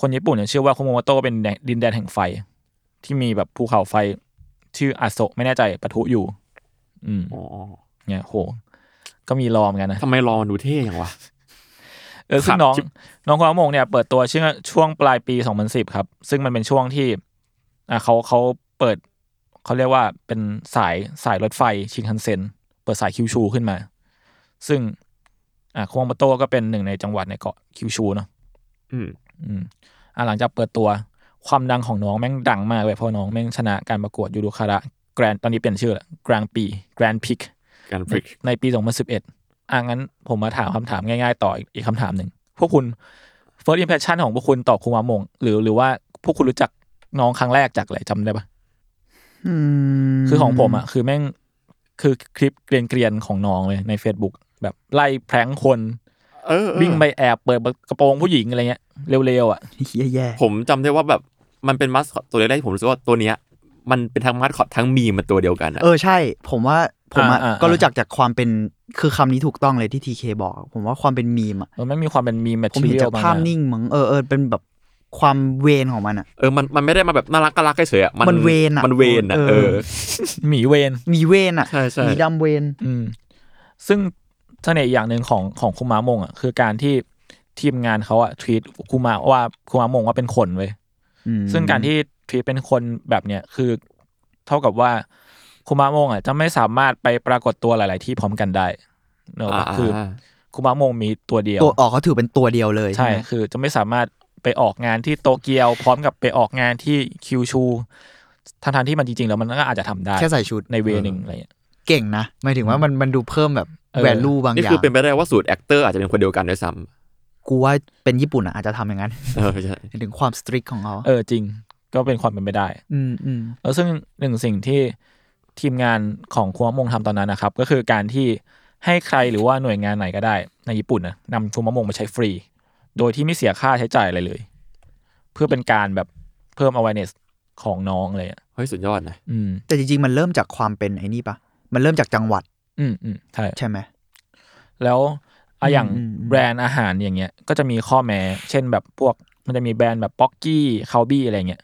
คนญี่ปุ่นเนี่ยเชื่อว่าคุมาโมโตะเป็นแดนดินแดนแห่งไฟ ที่มีแบบภูเขาไฟชื่ออาโซะไม่แน่ใจปะทุอยู่ อืม ๆอ๋อ เนี่ยโห ก็มีรอมกันนะ ทำไมรอมันดูเท่อย่างวะ เออซึ่ง ครับ น้อง ชิบ น้องความมงเนี่ยเปิดตัวช่วงช่วงปลายปี 2010 ครับ ซึ่งมันเป็นช่วงที่อ่าเขาเขาเปิดเขาเรียกว่าเป็นสายสายรถไฟชินคันเซ็นเปิดสายคิวชูขึ้นมา ซึ่งอ่าโคงมาโตะก็เป็นหนึ่งในจังหวัดในเกาะคิวชูเนาะ อืม อืมอ่าหลังจากเปิดตัวความดังของน้องแม่งดังมากเลยเพราะน้องแม่งชนะการประกวดยูรุคาระแกรนตอนนี้เปลี่ยนชื่อละแกรนปีแกรนพิก การฟริก ในปี 2011 อ่ะงั้นผมมาถามคำถามง่ายๆ ต่ออีกอีกคำถามหนึ่ง พวกคุณ first impression ของพวกคุณต่อคุมามง หรือหรือว่าพวกคุณรู้จักน้องครั้งแรกจากอะไรจำได้ปะคือของผมอ่ะ คือแม่งคือคลิปเกรียนๆของน้องเลยใน Facebook แบบไล่แพร้งคน เออเออ วิ่งไปแอบเปิดกระโปรงผู้หญิงอะไรเงี้ยเร็วๆอ่ะ เฮียแย่ ผมจำได้ว่าแบบมันเป็นมัสคอตตัวแรกที่ผมรู้สึกว่าตัวเนี้ย มันเป็นทั้งมัสคอตทั้งมีมมันตัวเดียวกันอะ เออใช่ ผมว่าผมอะ อ่าอ่า ก็รู้จักจากความเป็นคือคำนี้ถูกต้องเลยที่ทีเคบอก ผมว่าความเป็นมีมอะ มันไม่มีความเป็นมีแมท ผม เที เห็น ย จา ล กภาพนิ่งมั้งเออเออเป็นแบบความเวนของมันอะ เออมันมันไม่ได้มาแบบน่ารักก็รักเฉยๆอะ มันเวนอะ มันเวนอะ เออ เออ หมีเวน มีเวนอะ ใช่ใช่ มีดำเวน อืมซึ่งเสน่ห์อย่างหนึ่งของของคุมามงอ่ะคือการที่ทีมงานเขาอ่ะทวีตคุมาว่าคุมามงว่าเป็นคนเว้ย อืม ซึ่งการที่ทวีตเป็นคนแบบเนี้ยคือเท่ากับว่าคุมามงอ่ะจะไม่สามารถไปปรากฏตัวหลาย ๆ ที่พร้อมกันได้เนอะ อ่า คือคุมามงมีตัวเดียว ตัวออกเขาถือเป็นตัวเดียวเลย ใช่ ไหม คือจะไม่สามารถไปออกงานที่โตเกียว พร้อมกับไปออกงานที่คิวชูทั้งๆที่มันจริง ๆ แล้วมันก็อาจจะทำได้ แค่ใส่ชุด ในเวนึงอะไรอย่างเงี้ย เก่งนะหมายถึงว่ามันมันดูเพิ่มแบบ เออ แวลูบาง นี่ อย่า คือง เป็นไปได้ว่าสูตรแอคเตอร์อาจจะเป็นคนเดียวกันด้วยซ้ กูว่าเป็นญี่ปุ่นอะอาจจะทำอย่างนั้น ำเออใช่ หมายถึงความสตรีทของเขา เออจริงก็เป็นความเป็นไปได้ อืมอืม แล้วซึ่งหนึ่งสิ่งที่ทีมงานของคุมะมงทำตอนนั้นนะครับ ก็คือการที่ให้ใครหรือว่าหน่วยงานไหนก็ได้ในญี่ปุ่นนะนำคุมะมงมาใช้ฟรี โดยที่ไม่เสียค่าใช้จ่ายอะไรเลย เพื่อเป็นการแบบเพิ่ม awareness ของน้องเลยอ่ะ เฮ้ยสุดยอดนะ อืม แต่จริงๆ มันเริ่มจากความเป็นไอ้นี่ปะ มันเริ่มจากจังหวัด อืมอืมใช่ ใช่ไหม แล้วอะอย่าง อืมอืม แบรนด์อาหารอย่างเงี้ย ก็จะมีข้อแม้ เช่นแบบพวกมันจะมีแบรนด์แบบป๊อกกี้คาบี้อะไรเงี้ย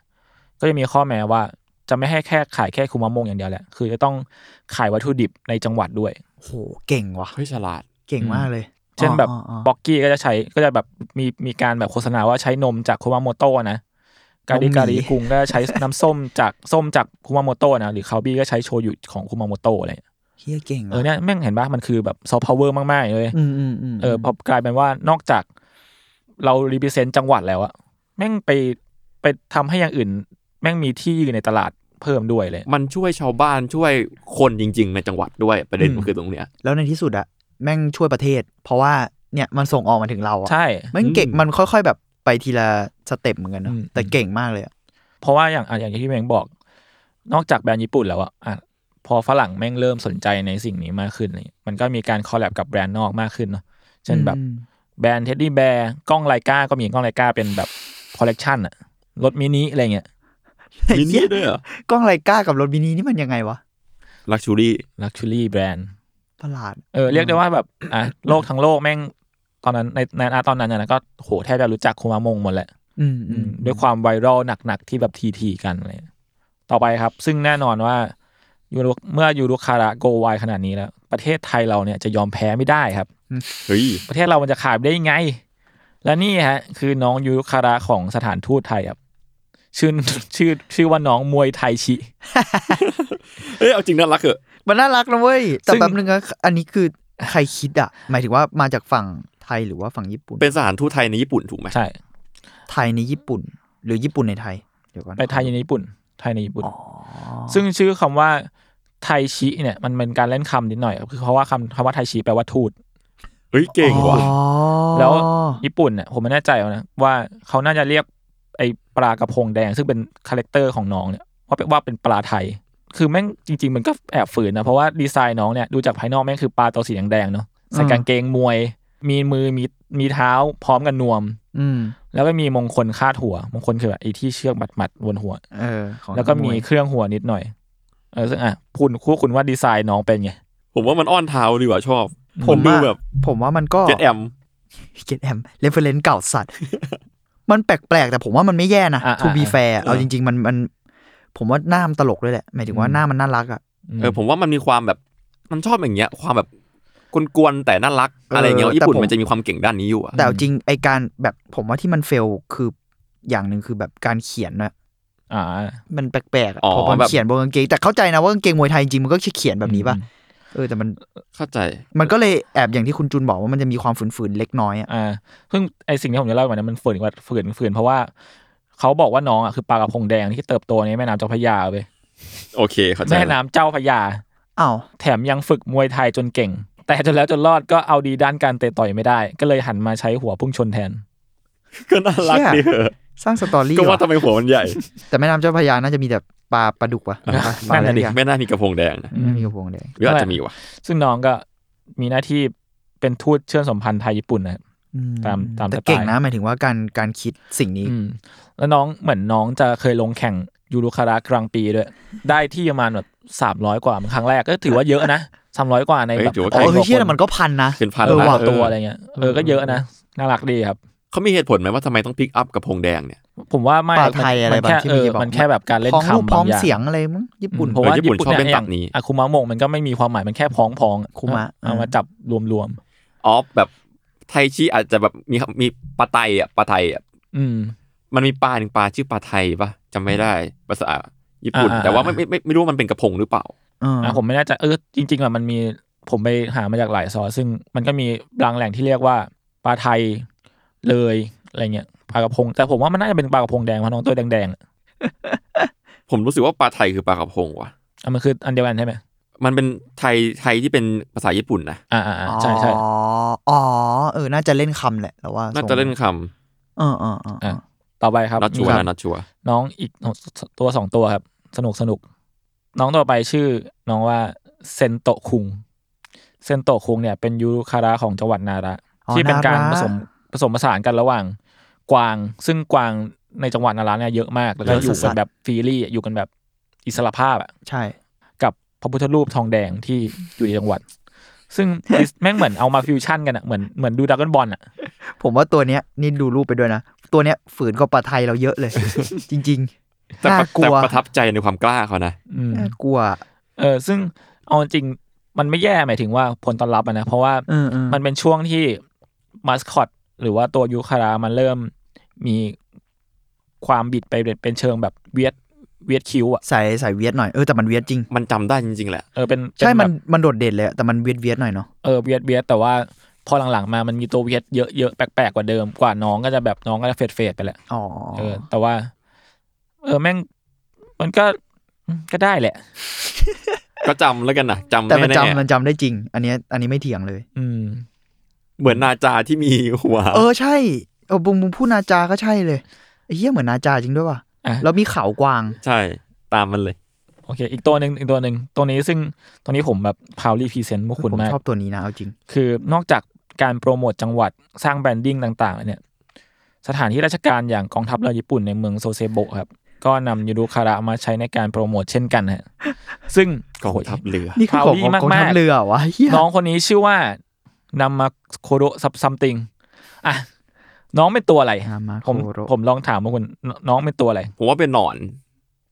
ก็จะมีข้อแม้ว่าจะไม่ให้แค่ขายแค่คุมะมงอย่างเดียวแหละ คือจะต้องขายวัตถุดิบในจังหวัดด้วย โห เก่งว่ะ เฮ้ยฉลาด เก่งมากเลย เช่นแบบ อ๋ออ๋อ บ็ อ๋อ อกกี้ก็จะใช้ก็จะแบบมีมีการแบบโฆษณาว่าใช้นมจากคุมาโมโตะนะกาดิ นมหมี การิกุงก็ใช้ น้ำส้มจากส้มจากคุมาโมโตะนะหรือคาบี้ก็ใช้โชยุของคุมาโมโตะอะไรอย่างเงี้ย เฮียเก่ง เออเนี่ยแม่งเห็นปะมันคือแบบซอฟต์พาวเวอร์มากๆเลย อืมอืมอืม เออพอกลายเป็นว่านอกจากเรารี r e เซนต์จังหวัดแล้วอะแม่งไปไปทำให้อย่างอื่น แม่งมีที่ยืนในตลาดเพิ่มด้วยเลย มันช่วยชาวบ้านช่วยคนจริง ๆ ในจังหวัดด้วยประเด็น อืม มันคือตรงเนี้ย แล้วในที่สุดอะแม่งช่วยประเทศ เพราะว่าเนี่ยมันส่งออกมาถึงเราอะ ใช่ แม่งเก่ง อืม มันค่อย ๆ แบบไปทีละสเต็ปเหมือนกันเนอะ อืม แต่เก่งมากเลยอะ เพราะว่าอย่างอ่ะอย่างที่พี่แมงบอก นอกจากแบรนด์ญี่ปุ่นแล้วอะอ่ะพอฝรั่งแม่งเริ่มสนใจในสิ่งนี้มากขึ้นอะไรเงี้ยมันก็มีการคอลแลบกับแบรนด์นอกมากขึ้นเนาะเช่นแบบ อืม แบรนด์เท็ดดี้แบร์กล้องไลกาก็มีกล้องไลกาเป็นแบบคอลเลกชันอะรถมินิอะไรเงี้ย มินิด้วยเหรอก ล้องไรก้ากับรถบินีนี่มันยังไงวะ ลักชูรี่ ลักชัวรี่แบรนด์ ประหลาด เออเรียกได้ว่าแบบอ่ะโลกทั้งโลกแม่งตอนนั้นในในอาตอนนั้นนะก็โหแทบจะรู้จักคุมามงหมดแหละ อืมอืม ด้วยความไวรัลหนัก ๆ ที่แบบทีทีกันอะไรอย่างเงี้ยต่อไปครับ ซึ่งแน่นอนว่ายูรุเมื่อยูรุคาระโกไวขนาดนี้แล้ว ประเทศไทยเราเนี่ยจะยอมแพ้ไม่ได้ครับ เฮ้ย ประเทศเรามันจะขาดได้ยังไง และนี่ฮะ คือน้องยูรุคาระของสถานทูตไทยครับ ชื่อ ชื่อชื่อว่าน้องมวยไทยชิ เอ้ยเอาจริงน่ารักเหอะ มันน่ารักนะเว้ย แต่ ซึ่ง แบบนึงอะอันนี้คือใครคิดอะหมายถึงว่ามาจากฝั่งไทยหรือว่าฝั่งญี่ปุ่น เป็นสถานทูตไทยในญี่ปุ่นถูกไหม ใช่ ไทยในญี่ปุ่น หรือญี่ปุ่นในไทยเดี๋ยวก่อน ไปไทยในญี่ปุ่น ไทยในญี่ปุ่น ซึ่งชื่อคำว่าไทยชิเนี่ยมันเป็นการเล่นคำนิดหน่อยครับคือเพราะว่าคำคำว่าไทยชิแปลว่าทูต เฮ้ยเก่งว่ะ อ๋อ แล้วญี่ปุ่นเนี่ยผมไม่แน่ใจนะว่าเขาน่าจะเรียกไอ้ปลากระพงแดงซึ่งเป็นคาแรคเตอร์ของน้องเนี่ยว่าเป็นว่าเป็นปลาไทย คือแม่งจริง ๆ มันก็แอบฝืนนะ เพราะว่าดีไซน์น้องเนี่ยดูจากภายนอกแม่งคือปลาตัวสีแดงๆเนาะใส่กางเกงมวย มีมือมีมีเท้าพร้อมกันนวม อืม แล้วก็มีมงคลคาดหัว มงคลคือแบบไอ้ที่เชือกมัดๆบนหัว เออของ แล้วก็ นั มี วย เครื่องหัวนิดหน่อยเออซึ่งอ่ะคุณคู่คุณว่าดีไซน์น้องเป็นไง ผมว่ามันอ้อนเท้าดีกว่าชอบ ผม นดู ว่า แบบ ผมว่ามันก็ เจ็ดแอม เกตแอมเรฟเฟรนซ์เก่าสั ตว์ มันแปลกๆ แต่ผมว่ามันไม่แย่นะ อ่ะ to be อ่ะ fair เอา เออ จริง ๆ มันมัน ผมว่าหน้ามันตลกด้วยแหละ หมายถึงว่า อืม หน้ามันน่ารักอ่ะ เออผมว่ามันมีความแบบมันชอบอย่างเงี้ย ความแบบกวนๆแต่น่ารักอะไรเงี้ย เออ ญี่ปุ่น แต่ผม มันจะมีความเก่งด้านนี้อยู่อะ แต่เอาจริงไอการแบบผมว่าที่มันเฟลคืออย่างหนึ่งคือแบบการเขียนนะ อ่า มันแปลกๆอะ อ๋อ พอมัน แบบ เขียนบนกางเกง แต่เข้าใจนะว่ากางเกงมวยไทยจริงมันก็เขียนแบบนี้ป่ะ อืม เออแต่มัน เข้าใจ มันก็เลยแอบอย่างที่คุณจุนบอกว่ามันจะมีความฝืนๆ เล็กน้อยอ่ะ อ่าเพิ่งไอสิ่งที่ผมจะเล่าไปเนี่ยมันฝืนกว่าฝืนฝืนเพราะว่าเขาบอกว่าน้องอ่ะคือปลากระพงแดงที่เติบโตในแม่น้ำเจ้าพระยาไป โอเคเข้าใจ แม่น้ำเจ้าพระยา อ้าว แถมยังฝึกมวยไทยจนเก่ง แต่จนแล้วจนรอดก็เอาดีด้านการเตะต่อยไม่ได้ ก็เลยหันมาใช้หัวพุ่งชนแทน ก็น่ารักดีเหอะ สร้างสตอรี่ ก็ว่า ว่ะ ทำไมหัวมันใหญ่ แต่แม่น้ำเจ้าพระยาน่าจะมีแต่ปลาปลาดุกว่ะปลาปลาอะไร นั่นน่ะดิ อย่าง ไม่น่ามีกระโปรงแดงนะ ไม่มีกระพงแดง หรืออาจจะมีว่ะ ซึ่งน้องก็มีหน้าที่เป็นทูตเชื่อมสัมพันธ์ไทยญี่ปุ่นนะ อื ตามตาม แต่ สไตล์ เก่งนะหมายถึงว่าการการคิดสิ่งนี้ อืมแล้วน้องเหมือนน้องจะเคยลงแข่งยูรุคาระกลางปีด้วย ได้ที่ประมาณแบบสามร้อยกว่าครั้งแรกก็ถือว่าเยอะนะสามร้อยกว่าในแบบ เอ้ยถือว่า อ๋ ก่ง อ ไก เฮ้ย ว่า เชี่ย ค แต่มันก็พันนะ เป็นพัน เออ นะ วาง เออ ตัวอะไรเงี้ยเออก็เยอะนะ น่ารักดีครับ เขามีเหตุผลไหมว่าทำไมต้องพิกอัพกระโปรงแดงเนี่ย ผมว่าไม่ ปลา มัน ไทยอะไร มัน บาง แค่ ที่ เอ มี อ บอก มันแค่แบบการเล่น พ้องรูปพ้อบคำาง ง อย่าง เสียงอะไรมั้งญี่ปุ่น เพราะว่า เออญี่ ญี่ ปุ่น ปุ่น ชอบ เนี่ย เล่น อ ตั ย่าง บนี้ อาคุมะโมงมันก็ไม่มีความหมายมันแค่พ้องพอง คุมะ เอามาจับรวม ออฟแบบไทยชีอาจจะแบบมีมีปลาไตอ่ะปลาไทยอ่ะ ๆอืม มันมีปลาหนึ่งปลาชื่อปลาไทยปะจำไม่ได้ภาษาญี่ปุ่น อ่าๆ แต่ว่าไม่ไม่ไม่ไม่รู้ว่ามันเป็นกระโปรงหรือเปล่า เออ อ่ะผมไม่แน่ใจเออจริงๆอ่ะมันมีผมไปหามาจากหลายซอสซึ่งมันก็มีบางแหล่งที่เรียกว่าปลาไทยเลยอะไรเงี้ยปลากระพง แต่ผมว่ามันน่าจะเป็นปลากระพงแดงเพราะน้องตัวแดงๆอะ ผมรู้สึกว่าปลาไทยคือปลากระพงว่ะ อ่ะมันคืออันเดียวกันใช่ไหม มันเป็นไทยไทยที่เป็นภาษาญี่ปุ่นนะ อ่าอ่าใช่ใช่ อ๋ออ๋อเออน่าจะเล่นคำแหละแต่ว่า น่าจะเล่นค เออเออเออเออ อ่ะ ต่อไปครับ ำนัดชัวร์ มีค นะ บ นัดชัวร์ น้องอีกตัวสองตัวครับ สนุกสนุก น้องต่อไปชื่อ น้องว่าเซนโตะคุง เซนโตะคุงเนี่ยเป็นยูรุคาระของจังหวัดนาระ อ๋อ ที่เป็นการ นาระ ผสมผสมผสานกันระหว่างกวาง ซึ่งกวางในจังหวัดนาระเนี่ยเยอะมากแล้วก็อยู่กันแบบฟรีลี่อยู่กันแบบอิสระภาพอะ ใช่ กับพระพุทธรูปทองแดงที่อยู่ในจังหวัด ซึ่ง แม่งเหมือนเอามาฟิวชั่นกันอะเหมือนเหมือนดูดักอนบอลอะ ผมว่าตัวเนี้ยนี่ดูรูปไปด้วยนะ ตัวเนี้ยฝืนกว่าปลาไทยเราเยอะเลย จริงๆ แต่ น่า ประ กลัว แต่ประทับใจในความกล้าเขานะ อืม น่ากลัว เออซึ่งเอาจริงมันไม่แย่หมายถึงว่าผลตอบรับอะนะ เพราะว่า เออเออ มันเป็นช่วงที่มาสคอตหรือว่าตัวยูคารามันเริ่มมีความบิดไปเป็นเชิงแบบเวียดเวียดคิวอะ ใส่ใส่เวียดหน่อยเออแต่มันเวียดจริง มันจำได้จริงๆแหละ เออเป็นเป็ ใช่มัน แบบ มันโดดเด่นเลยอะแต่มันเวียดเวียดหน่อยเนาะ เออเวียดเวียดแต่ว่าพอหลังๆมามันมีตัวเวียดเยอะๆแปลกๆกว่าเดิมกว่าน้องก็จะแบบน้องก็จะเฟดเฟดๆไปแหละ อ๋อ เออ แต่ว่า เออแม่ง มันก็ก็ได้แหละ ก็จำแล้วกันนะจำ แต่มัน แน่ จำมันจำได้จริง อันเนี้ยอันนี้ไม่เถียงเลย อืม ๆเหมือนนาจาที่มีหัว เออใช่เออบุงบุงพูดนาจา ก็ใช่เลยไอ้เหี้ยเหมือนนาจาจริงด้วยว่ะ อ่ะ แล้วมีเขากวาง ใช่ ตามมันเลย โอเค อีกตัวหนึ่งอีกตัวหนึ่งตัวนี้ซึ่งตัวนี้ผมแบบพาวลี่พรีเซนต์พวกคุณ ผม มาก ชอบตัวนี้นะเอาจริง คือนอกจากการโปรโมทจังหวัดสร้างแบรนดิ้งต่างๆแล้วเนี่ย สถานที่ราชการอย่างกองทัพเรือญี่ปุ่นในเมืองโซเซโบะครับ ก็นำยูรุคาระมาใช้ในการโปรโมทเช่นกันฮะซึ่ง กองทัพเรือ นี่คือของ ดี ของกองทัพเรือเหรอวะเหี้ย น้องคนนี้ชื่อว่านำมาโคโดซับซัมติงอ่ะ น้องเป็นตัวอะไร นามาโค ผม โร ผมลองถามพวกคุณนน้องเป็นตัวอะไร ผมว่าเป็นหนอน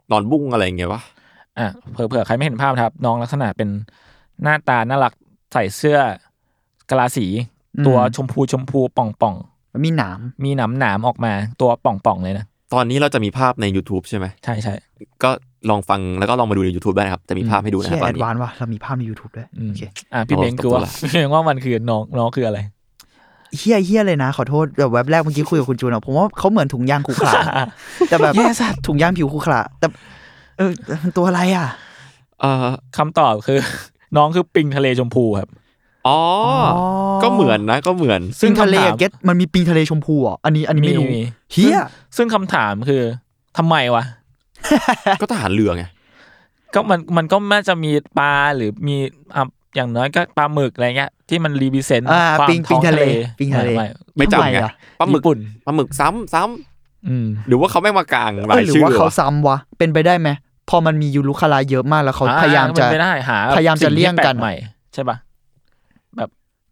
หนอนบุ้งอะไรอย่างเงี้ยวะ อ่ะเผื่อๆใครไม่เห็นภาพนะครับ น้องลักษณะเป็นหน้าตาน่ารักใส่เสื้อกะลาสี อืม ตัวชมพูชมพูป่องป่อง มันมีหนาม ๆมีหนามหนามๆออกมาตัวป่องป่องๆเลยนะ ตอนนี้เราจะมีภาพใน YouTube ใช่ไหม ใช่ใช่ ก็ลองฟังแล้วก็ลองมาดูใน YouTube ได้นะครับ จะมีภาพให้ดูนะครับเชี่ย ตอ แอน ด นี้ วานซ์ว่ะเรามีภาพใน YouTube ด้วย อืม โอเค อ่ะพี่ โอ้ เบงคือว่า ตกตัวละ พี่เบงว่า มันคือน้องน้องคืออะไร เฮี้ยเฮี้ยเลยนะขอโทษแบบเว็บแรกเมื่อกี้คุยกับคุณจูนอะผมว่าเขาเหมือนถุงยางขรุขระ แต่ แบบ แย่สัส ถุงยางผิวขรุขระแต่เออมันตัวอะไรอ่ะ เออ คำตอบคือ น้องคือปิงทะเลชมพูครับ อ๋ออก็เหมือนนะก็เหมือน ซึ่ ซึ่ ง งทะเล คำถาม อะเก็ตมันมีปิงทะเลชมพูเหรอ่ะอันนี้อันนี้ไม่รู้ มีมี เฮี้ย ซึ่งคำถามคือทำไมวะ ก็ทหารเรือไง ก็มันมันก็น่าจะมีปลาหรือมีอ่ะอย่างน้อยก็ปลาหมึกอะไรเงี้ยที่มันรีบิเซนต์ อ่า ความ ปิง ท้ ปิ อง ง ทะ ทะ เล เล ปิงทะเล ไม่ไม่ ไม่จำไง ทำอะ ปลาหมึก ญี่ปุ่น ปลาหมึกซ้ำซ้ำ อืม หรือว่าเขาไม่มากลางห เอ ลา อย หรือ ชื่อ ว่าเขา วะ ซ้ำวะเป็นไปได้ไหมพอมันมียูรุคาราเยอะมากแล้วเขาพยายามจะ อ่นไม่ได้หา พยายามจะเลี่ยงกัน สิ่ที่แปใหม่ ใช่ปะ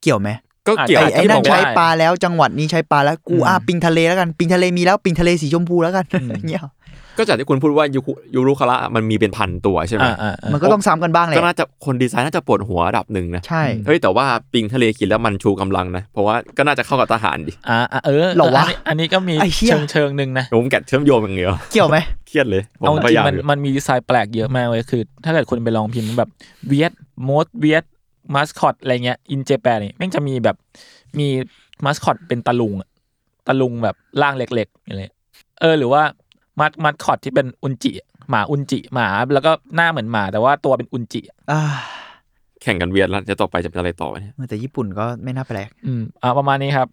เกี่ยวไหม ก็เกี่ยว ไอ้ อาจจะ ไอ้นั่น บอกว่า ใช้ปลาแล้วจังหวัดนี้ใช้ปลาแล้วกู อืม อ่ะปิงทะเลแล้วกันปิงทะเลมีแล้วปิงทะเลสีชมพูแล้วกัน อืม เงี้ยเหรอ ก็จากที่คุณพูดว่ายูคุยูรุคาระมันมีเป็นพันตัวใช่ไหม อ่าอ่าอ่า มันก็ต้องซ้ำกันบ้างแหละ ก็น่าจะคนดีไซน์น่าจะปวดหัวระดับหนึ่งนะ ใช่ เฮ้ยแต่ว่าปิงทะเลกินแล้วมันชูกำลังนะเพราะว่าก็น่าจะเข้ากับทหารดิ อ่าอ่าเออ หรอวะ นนี้อันนี้ก็มี ไอ้เหี้ย เชิงเชิงหนึ่งนะ ผมแกะเชื่อมโยงอย่างเดียว เกี่ยวไหม เครียดเลยผ เอา ม จ พ ริ ยายาง ม มัน อยู่ มันมีดีไซน์แปลกเยอะมากเลยคือ ถ้าเกิดคุณไปลองพิมพ์แบบเวียดมดเวียดมาสคอตอะไรเงี้ยอินเจแปนนี่แม่งจะมีแบบมีมาสคอตเป็นตะลุงอะตะลุงแบบร่างเล็กๆอะไรเออหรือว่ามามาสคอตที่เป็นอุนจิหมาอุนจิหมาแล้วก็หน้าเหมือนหมา แต่ว่าตัวเป็นอุนจิ อ่า แข่งกันเวียนแล้วจะต่อไปจะเป็นอะไรต่อวะเนี่ย เออแต่ญี่ปุ่นก็ไม่น่าแปลก อืมอ่าประมาณนี้ครับ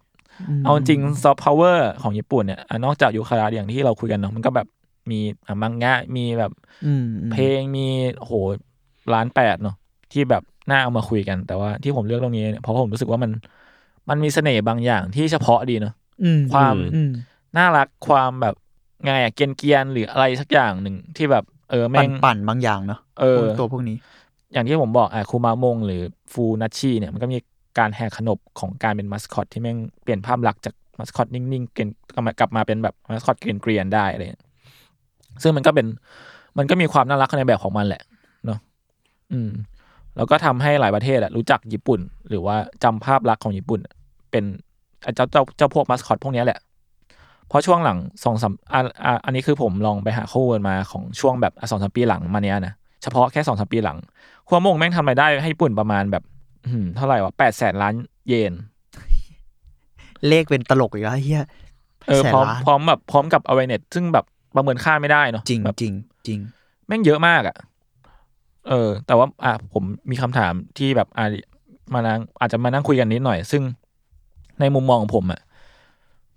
ม เอาจริงซอฟต์พาวเวอร์ของญี่ปุ่นเนี่ยอ่ะนอกจากยูคาราอย่างที่เราคุยกันเนาะมันก็แบบมีอ่ะมังงะมีแบบ อืม เพลงมีโอ้โหล้านแปดเนาะที่แบบน่าเอามาคุยกัน แต่ว่าที่ผมเลือกตรงนี้เนี่ยเพราะผมรู้สึกว่ามันมันมีเสน่ห์บางอย่างที่เฉพาะดีเนาะ อืม ความ อืม น่ารักความแบบไงอะเกรียนเกียนๆหรืออะไรสักอย่างหนึ่งที่แบบเออแม่ ปั่น ง ปั่นบางอย่างเนาะ เออ พวกตัวพวกนี้ อย่างที่ผมบอกอ่ะคูมามงหรือฟูนัชชีเนี่ยมันก็มีการแหกขนบของการเป็นมัสคอตที่แม่งเปลี่ยนภาพลักษณ์จากมัสคอตนิ่งๆเกรียนกลับมากลับมาเป็นแบบมัสคอตเกรียนๆได้อะไรเลยซึ่งมันก็เป็นมันก็มีความน่ารักในแบบของมันแหละเนาะอืม แล้วก็ทำให้หลายประเทศอะรู้จักญี่ปุ่น หรือว่าจำภาพลักษณ์ของญี่ปุ่น เป็นไอ้เจ้าเจ้าเจ้าพวกมัสคอตพวกเนี้ยแหละ เพราะช่วงหลังสองสามอ่ะอ่ะอันนี้คือผมลองไปหาข้อมูลมาของช่วงแบบสองสามปีหลังมาเนี้ยนะเฉพาะแค่สองสามปีหลัง คัวโมงแม่งทำรายได้ให้ญี่ปุ่นประมาณแบบ อืมเท่าไหร่วะแปดแสนล้านเยน เลขเป็นตลกอีกแล้วเฮีย เออ แสน พร้อม ล้าน พร้อมแบบพร้อมกับอเวเน็ตซึ่งแบบประเมินค่าไม่ได้เนาะ จริง แบบ จริงจริง แม่งเยอะมากอะ่ะ เออ แต่ว่าอ่ะผมมีคำถามที่แบบอ่ะมานั่งอาจจะมานั่งคุยกันนิดหน่อย ซึ่งในมุมมองของผมอะ่ะ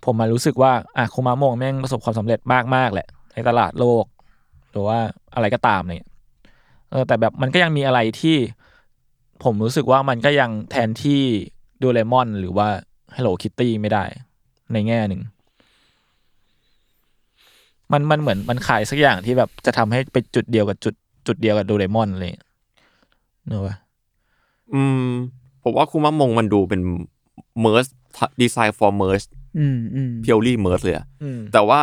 ผมมารู้สึกว่าอ่ะคุมาโมงแม่งประสบความสำเร็จมากมากๆแหละ ในตลาดโลก หรือว่าอะไรก็ตามเนี่ยเออ แต่แบบมันก็ยังมีอะไรที่ผมรู้สึกว่ามันก็ยังแทนที่ดูเลมอนหรือว่า Hello Kitty ไม่ได้ ในแง่หนึ่ง มันมันเหมือนมันขายสักอย่างที่แบบจะทำให้ไปจุดเดียวกับจุดจุดเดียวกับดูเลมอนอะไรอย่างเลยเนอะวะ อืมผมว่าคุมะมงมันดูเป็นเมิร์สดีไซน์ for เมิร์ส อืมอืม เพียวลี่เมิร์สเลยอะ อืม แต่ว่า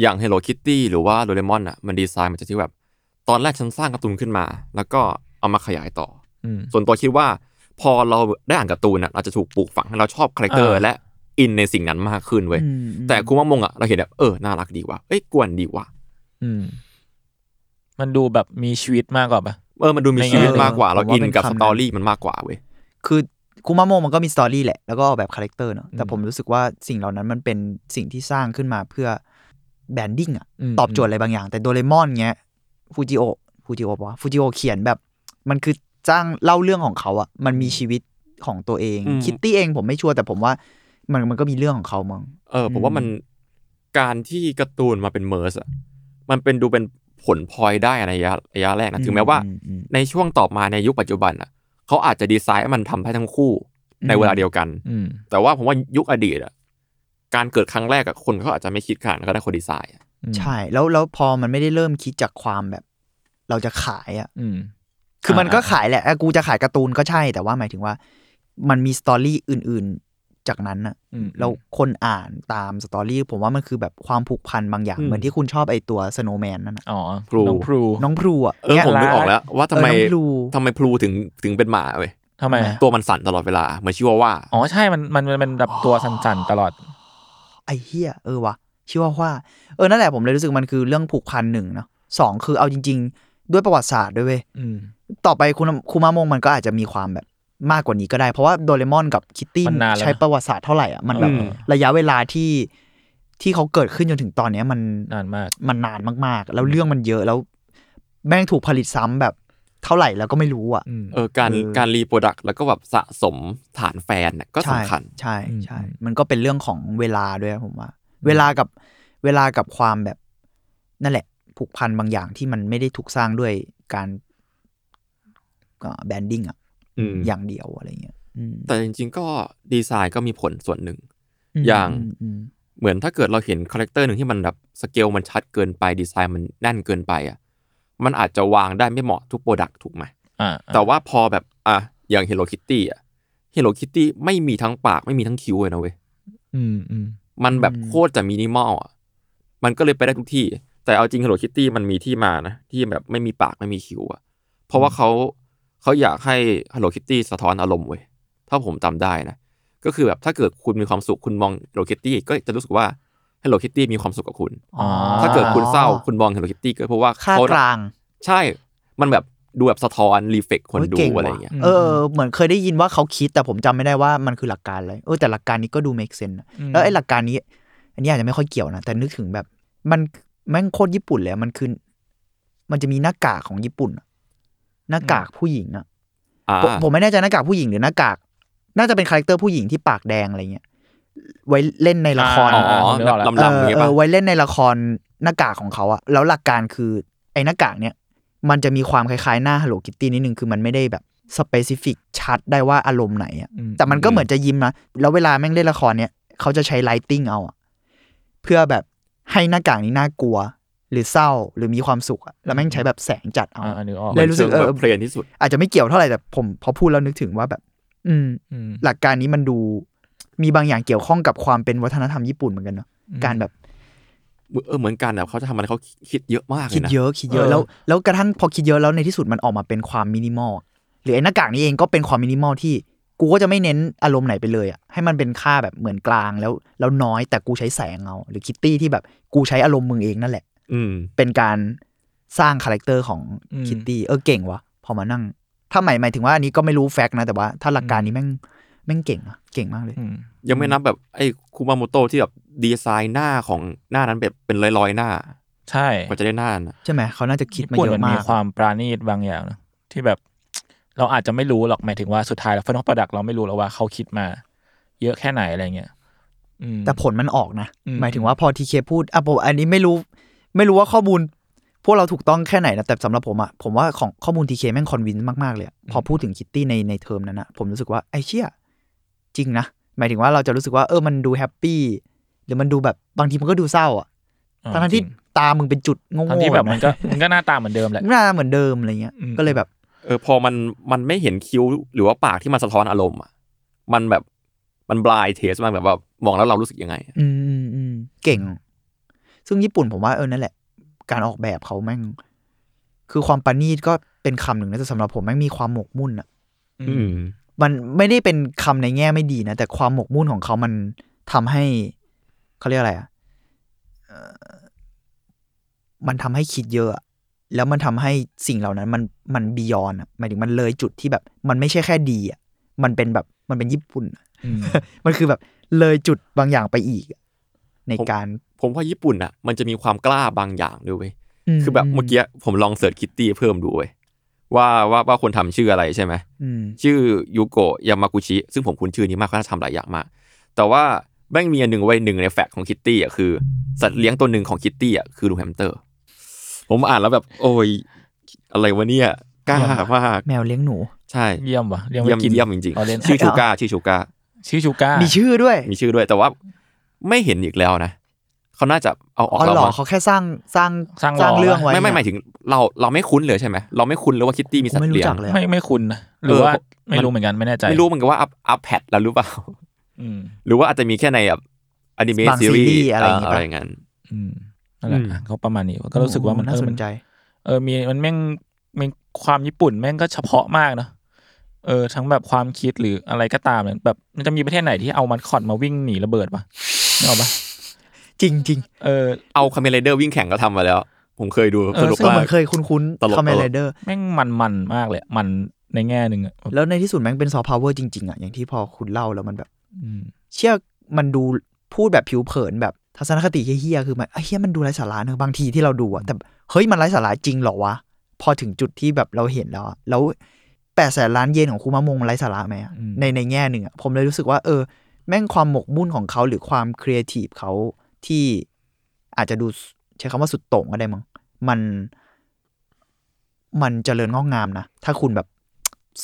อย่าง Hello Kitty หรือว่าโดเรมอนอ่ะ มันดีไซน์มันจะที่แบบ ตอนแรกฉันสร้างการ์ตูนขึ้นมา แล้วก็เอามาขยายต่อ อืม ส่วนตัวคิดว่า พอเราได้อ่านการ์ตูนอ่ะ เราจะถูกปลูกฝังให้เราชอบคาแรคเตอร์ อ่า และอินในสิ่งนั้นมากขึ้นเว้ย อืม แต่คุมะมงอ่ะ เราเห็นแบบ เออ น่ารักดีว่ะเอ้ยกวนดีว่ะ อืม มันดูแบบมีชีวิตมากกว่าปะ เออมันดูมีชีวิตมากกว่า เราอินกับสตอรี่มันมากกว่าเว้ย คือคุมาโมมันก็มีสตอรี่แหละ แล้วก็ออกแบบคาแรคเตอร์เนาะแต่ อืม ผมรู้สึกว่าสิ่งเหล่านั้นมันเป็นสิ่งที่สร้างขึ้นมาเพื่อแบรนดิ้งอะ อืม ตอบโจทย์อะไรบางอย่าง แต่โดเรมอนเงี้ย ฟูจิโอฟูจิโอปะวะฟูจิโอเขียนแบบ มันคือจ้างเล่าเรื่องของเขาอะมันมีชีวิตของตัวเอง อืม คิตตี้เองผมไม่ชัวร์แต่ผมว่ามันมันก็มีเรื่องของเขามั้ง เออผมว่ามันการที่การ์ตูนมาเป็นเมอร์สอะมันเป็นดูเป็นผลพลอยได้ในระยะระยะแรกนะถึงแม้ว่า อืมอืม ในช่วงต่อมาในยุคปัจจุบันอ่ะเขาอาจจะดีไซน์ให้มันทำให้ทั้งคู่ในเวลาเดียวกัน อืม แต่ว่าผมว่ายุคอดีตอ่ะการเกิดครั้งแรกอะคนเขาอาจจะไม่คิดขนาดนั้นก็ได้คนดีไซน์อะ ใช่แล้วแล้วพอมันไม่ได้เริ่มคิดจากความแบบ เราจะขายอะ อืม คือมัน อ่า ก็ขายแหละเออกูจะขายการ์ตูนก็ใช่แต่ว่าหมายถึงว่า มันมีสตอรี่อื่น ๆ จากนั้นอะ อืม แล้วคนอ่านตามสตอรี่ผมว่ามันคือแบบความผูกพันบางอย่าง อืม เหมือนที่คุณชอบไอตัวสโนว์แมนนั่นนะ อ๋อน้องพลู น้องพลูอะ เออ เนี่ย ผมนึกออกแล้ว ว่าทำไม เออน้องพลู ทำไมพลูถึงถึงเป็นหมาเว้ย ทำไมอะ ตัวมันสั่นตลอดเวลา เหมือนชิวาว่า อ๋อใช่มันมันมันมันแบบตัวสั่นๆตลอด ไอเฮียเออวะชื่อว่าว่าเออนั่นแหละผมเลยรู้สึกมันคือเรื่องผูกพันหนึ่งเนาะสองคือเอาจริง ๆ ด้วยประวัติศาสตร์ด้วยเว้ย อืม ต่อไปคุณคุมามงมันก็อาจจะมีความแบบมากกว่านี้ก็ได้ เพราะว่าโดเรมอนกับคิตตี้ มันนานแล้วนะ ใช้ประวัติศาสตร์เท่าไหร่อ่ะมันแบบ อืม ระยะเวลาที่ที่เขาเกิดขึ้นจนถึงตอนเนี้ยมัน นานมาก มันนานมากๆ แล้วเรื่องมันเยอะแล้ว แม่งถูกผลิตซ้ำแบบเท่าไหร่แล้วก็ไม่รู้อ่ะ อืม เออการ เออ การรีโปรดักต์แล้วก็แบบสะสมฐานแฟนน่ะก็สำคัญ ใช่ใช่ใช่ อืม มันก็เป็นเรื่องของเวลาด้วยผมว่า เวลากับเวลากับความแบบนั่นแหละ ผูกพันบางอย่างที่มันไม่ได้ถูกสร้างด้วยการแบนดิ้งอ่ะ อืม อย่างเดียวอะไรเงี้ยอืม แต่จริงๆก็ดีไซน์ก็มีผลส่วนหนึ่ง อย่าง อืม เหมือนถ้าเกิดเราเห็นคาแรคเตอร์หนึ่งที่มันแบบสเกลมันชัดเกินไปดีไซน์มันแน่นเกินไปอ่ะมันอาจจะวางได้ไม่เหมาะทุกโปรดักต์ถูกไหม อ่า แต่ว่าพอแบบ อ่ะ อย่าง Hello Kitty อ่ะ Hello Kitty ไม่มีทั้งปากไม่มีทั้งคิ้วเลยนะเว้ย อืมอืม มันแบบโคตรจะมินิมอลอ่ะ มันก็เลยไปได้ทุกที่ แต่เอาจริง Hello Kitty มันมีที่มานะ ที่แบบไม่มีปากไม่มีคิ้วอ่ะ เพราะว่าเขาเขาอยากให้ Hello Kitty สะท้อนอารมณ์เว้ย ถ้าผมจำได้นะ ก็คือแบบถ้าเกิดคุณมีความสุขคุณมอง Hello Kitty ก็จะรู้สึกว่า Hello Kitty มีความสุขกับคุณ อ๋อ ถ้าเกิดคุณเศร้าคุณมอง Hello Kitty ก็เพราะว่า ค่า เข กลาง ใช่ มันแบบดูแบบสะท้อนรีเฟกคน โย ดู ก่ อะไรอ ว่ ย่างเงี้ย เออ เหมือนเคยได้ยินว่าเขาคิดแต่ผมจำไม่ได้ว่ามันคือหลักการอะไรเออแต่หลักการนี้ก็ดู make sense นะแล้วไอ้หลักการนี้ อันนี้อาจจะไม่ค่อยเกี่ยวนะ แต่นึกถึงแบบ มันแม่งโคตรญี่ปุ่นเลยอะมันคือมันจะมีหน้ากากของญี่ปุ่นอะหน้ากากผู้หญิงอะ อ่า ผมผมไม่แน่ใจหน้ากากผู้หญิงหรือหน้ากาก น่าจะเป็นคาแรคเตอร์ผู้หญิงที่ปากแดงอะไรเงี้ยไว้เล่นในละคร อ๋อ นึกกแว ลำ ดำๆอย่างเงี้ย เอ ปะ อไว้เล่นในละครหน้ากากของเขาอะแล้วหลักการคือไอ้หน้ากากเนี่ย มันจะมีความคล้ายๆหน้าฮัลโลคิตตี้นิดนึง คือมันไม่ได้แบบสเปซิฟิกชัดได้ว่าอารมณ์ไหนอะ อืม แต่มันก็เหมือนจะยิ้มนะ แล้วเวลาแม่งเล่นละครเนี่ย เขาจะใช้ไลติ้งเอาอะเพื่อแบบให้หน้ากากนี้น่ากลัว หรือเศร้าหรือมีความสุขอะแล้วแม่งใช้แบบแสงจัดเอา อ่าอันนี้ออก เลย รู้สึก หมือนเชิงเออ แบบเพลนที่สุด อาจจะไม่เกี่ยวเท่าไหร่แต่ผมพอพูดแล้วนึกถึงว่าแบบ อืม อืม หลักการนี้มันดูมีบางอย่างเกี่ยวข้องกับความเป็นวัฒนธรรมญี่ปุ่นเหมือนกันเนาะการแบบ เออเหมือนกันแบบเขาจะทำอะไรเขาคิดเยอะมากเล คิ ย ด นะ เยอะคิดเยอะ เออ แล้วแล้วกระทั่งพอคิดเยอะแล้วในที่สุดมันออกมาเป็นความมินิมอลหรือไอ้หน้ากากนี้เองก็เป็นความมินิมอลที่กูก็จะไม่เน้นอารมณ์ไหนไปเลยอ่ะให้มันเป็นค่าแบบเหมือนกลางแล้วแล้วน้อยแต่กูใช้แสงเอาหรือคิตตี้ที่แบบกูใช้อารมณ์มึงเองนั่นแหละ อืม เป็นการสร้างคาแรคเตอร์ของ อืม คิตตี้เออเก่งวะพอมานั่ง ถ้าหมายหมายถึงว่าอันนี้ก็ไม่รู้แฟกต์นะแต่ว่าถ้าหลักการนี้แม่งแม่งเก่งอะเก่งมากเลย อืม ยังไม่นับแบบไอ้คูมาโมโตะที่แบบดีไซน์หน้าของหน้านั้นแบบเป็นร้อยๆหน้า ใช่ กว่าจะได้หน้านะ ใช่ไหมเขาน่าจะคิดมา ญี่ปุ่น เย มั อะ นมี มาก ความปราณีตบางอย่างนะที่แบบ เราอาจจะไม่รู้หรอกหมายถึงว่าสุดท้ายแล้วฟันของประดักเราไม่รู้หรอกว่าเขาคิดมา เยอะแค่ไหนอะไรเงี้ยอืม แต่ผลมันออกนะ อืม หมายถึงว่าพอทีเคพูดอ่ะผมอันนี้ไม่รู้ ไม่รู้ว่าข้อมูล พวกเราถูกต้องแค่ไหนนะ แต่สำหรับผมอะผมว่าของข้อมูลทีเคแม่งคอนวินมาก ๆ เลยอะพอพูดถึงคิตตี้ในในเทอมนั้นอะผมรู้สึกว่าไอ้เชี่ยจริงนะ หมายถึงว่าเราจะรู้สึกว่าเออมันดูแฮปปี้หรือมันดูแบบบางทีมันก็ดูเศร้าอะ อ่า ทั้งๆจที่ริง ตามึงเป็นจุดงง ทั้งที่แบบมันก็มันก็หน้าตาเหมือนเดิ มแหละ หน้าเหมือนเดิมอะไรเงี้ย อืม ก็เลยแบบ เออพอมันมันไม่เห็นคิ้วหรือว่าปากที่มันสะท้อนอารมณ์อ่ะมันแบบมันบลายเทสมันแบบว่ามองแล้วเรารู้สึกยังไง อืมอืมอืมเก่ง ซึ่งญี่ปุ่นผมว่าเออนั่นแหละ การออกแบบเขาแม่ง คือความปานีตก็เป็นคำหนึ่งนะแต่สำหรับผมแม่งมีความหมกมุ่นอะ อืม มันไม่ได้เป็นคำในแง่ไม่ดีนะ แต่ความหมกมุ่นของเขามันทำให้เขาเรียกอะไรอะเอ่อมันทำให้คิดเยอะอะแล้วมันทำให้สิ่งเหล่านั้นมันมันบียอนอะหมายถึงมันเลยจุดที่แบบ มันไม่ใช่แค่ดีอะมันเป็นแบบมันเป็นญี่ปุ่นอะ อืม มันคือแบบเลยจุดบางอย่างไปอีกอะใน ผม การ ผมว่าญี่ปุ่นอ่ะ มันจะมีความกล้าบางอย่างด้วยเว้ย ม คือแบบเมื่อกี้ผมลองเสิร์ชคิตตี้เพิ่มดูเว้ยว่าว่าว่าคนทำชื่ออะไรใช่ไหม อืม ชื่อยูโกะยามากุชิ ซึ่งผมคุ้นชื่อนี้มากเพราะเขาทำหลายอย่างมาก แต่ว่าแม่งมีอันหนึ่งไว้ยหนึ่งในแฟกต์ของคิตตี้อ่ะคือ สัตว์เลี้ยงตัวหนึ่งของคิตตี้อ่ะคือลูกแฮมสเตอร์ ผมอ่านแล้วแบบ โอ้ย อะไรวะเนี่ยกล้ามาก แมวเลี้ยงหนู ใช่ เยี่ยมว่ะเลี้ยงไว้ เยี่ยม กิน เยี่ยมจริง อ๋อเลี้ยง ๆ ชื่อชูก้าชื่อชูก้า ชื่อชูก้า มีชื่อด้วย มีชื่อด้วย แต่ว่าไม่เห็นอีกแล้วนะเขาน่าจะเอาออก อ๋อ แล้ว เหรอ มั้ง เขาแค่สร้างสร้าง สร้าง สร้าง ล้อ เรื่อง นะ ไว้ ไม่ไม่หมายถึงเราเราไม่คุ้นเลยใช่ไหมเราไม่คุ้นเลยว่าคิตตี้มี กู สัต ไม่ ว์ รู้ เลี้ย จั ง กเลย ไม่ไม่คุ้นนะหรือว่า เออผม ไม่รู้เหมือนกันไม่แน่ใจ ไม่รู้เหมือนกันว่าอัพอัพแพดแล้วหรือเปล่า อืม หรือว่าอาจจะมีแค่ในแบบอนิเมะ บาง ซี ซี รี รี ส์ ส์อะไรอย่าเงเงี้ยปะ เงั้น อืมนั่นแหละ อืม อ่ะก็ประมาณนี้ก็รู้สึกว่ามัน น่า เออ ส มัน น ใจ เออมีมันแม่งมีความญี่ปุ่นแม่งก็เฉพาะมากเนาะเออทั้งแบบความคิดหรืออะไรก็ตามเนี่ยแบบมันจะมีประเทศไหนที่เอามันคอดมาวิ่งหนีระเบิดปะนึกออกปะ จริงจริง เออ เอาคาเมเลเดอร์วิ่งแข่งก็ทำมาแล้ว ผมเคยดู เออ สนุก ๆก็เห มากมือนเคยคุ้น ตลก ๆคาเม ตลก เลเดอร์ แม่งมันมันๆมากเลยอะมันในแง่หนึ่งอะแบบ แล้วในที่สุดแม่งเป็นซอฟต์พาวเวอร์จริง ๆ อ่ะ อย่างที่พอคุณเล่าแล้วมันแบบ อืม เชื่อมันดูพูดแบบผิวเผินแบบทัศนคติเฮี้ยๆคือมันเอ้ยเฮี้ยมันดูไร้สาระนะบางทีที่เราดูอะแต่เฮ้ยมันไร้สาระจริงเหรอวะ พอถึงจุดที่แบบเราเห็นแล้วอะแล้วแปดแสนล้านเยนของคูมะมงมันไร้สาระไหมอะ อืม ในในแง่หนึ่งอะผมเลยรู้สึกว่า เออ แม่งความหมกมุ่นของเขาหรือความครีเอทีฟเขาที่อาจจะดูใช้คำว่าสุดโต่งก็ได้มั้งมัน มันเจริญงอกงามนะถ้าคุณแบบ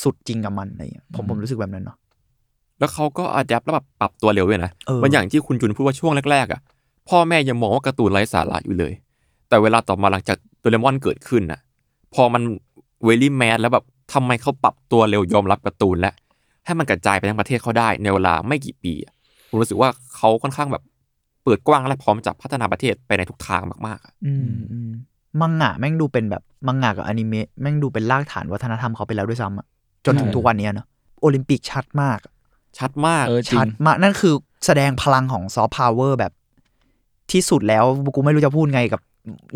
สุดจริงกับมันอะไรอย่างเงี้ยผมผมรู้สึกแบบนั้นเนาะ แล้วเขาก็อัดแอปแล้วแบบปรับตัวเร็วด้วยนะ เออ มันอย่างที่คุณจุนพูดว่าช่วงแรกๆอ่ะพ่อแม่ยังมองว่าการ์ตูนไร้สาระอยู่เลย แต่เวลาต่อมาหลังจากโดเรมอนเกิดขึ้นน่ะ พอมันเวลี่แมสแล้วแบบทำไมเขาปรับตัวเร็วยอมรับการ์ตูนและให้มันกระจายไปทั้งประเทศเขาได้ในเวลาไม่กี่ปีอะผมรู้สึกว่าเขาค่อนข้างแบบเปิดกว้างและพร้อมจะพัฒนาประเทศไปในทุกทางมากๆอะ อืมอืมมังงะแม่งดูเป็นแบบมังงะกับอนิเมะแม่งดูเป็นรากฐานวัฒนธรรมเขาไปแล้วด้วยซ้ำอะจนถึง ใช่ ทุกวันเนี้ยเนาะโอลิมปิกชัดมาก ชัดมาก เออจริ ชัด ง มาก นั่นคือแสดงพลังของซอฟต์พาวเวอร์แบบที่สุดแล้ว กูไม่รู้จะพูดไงกับ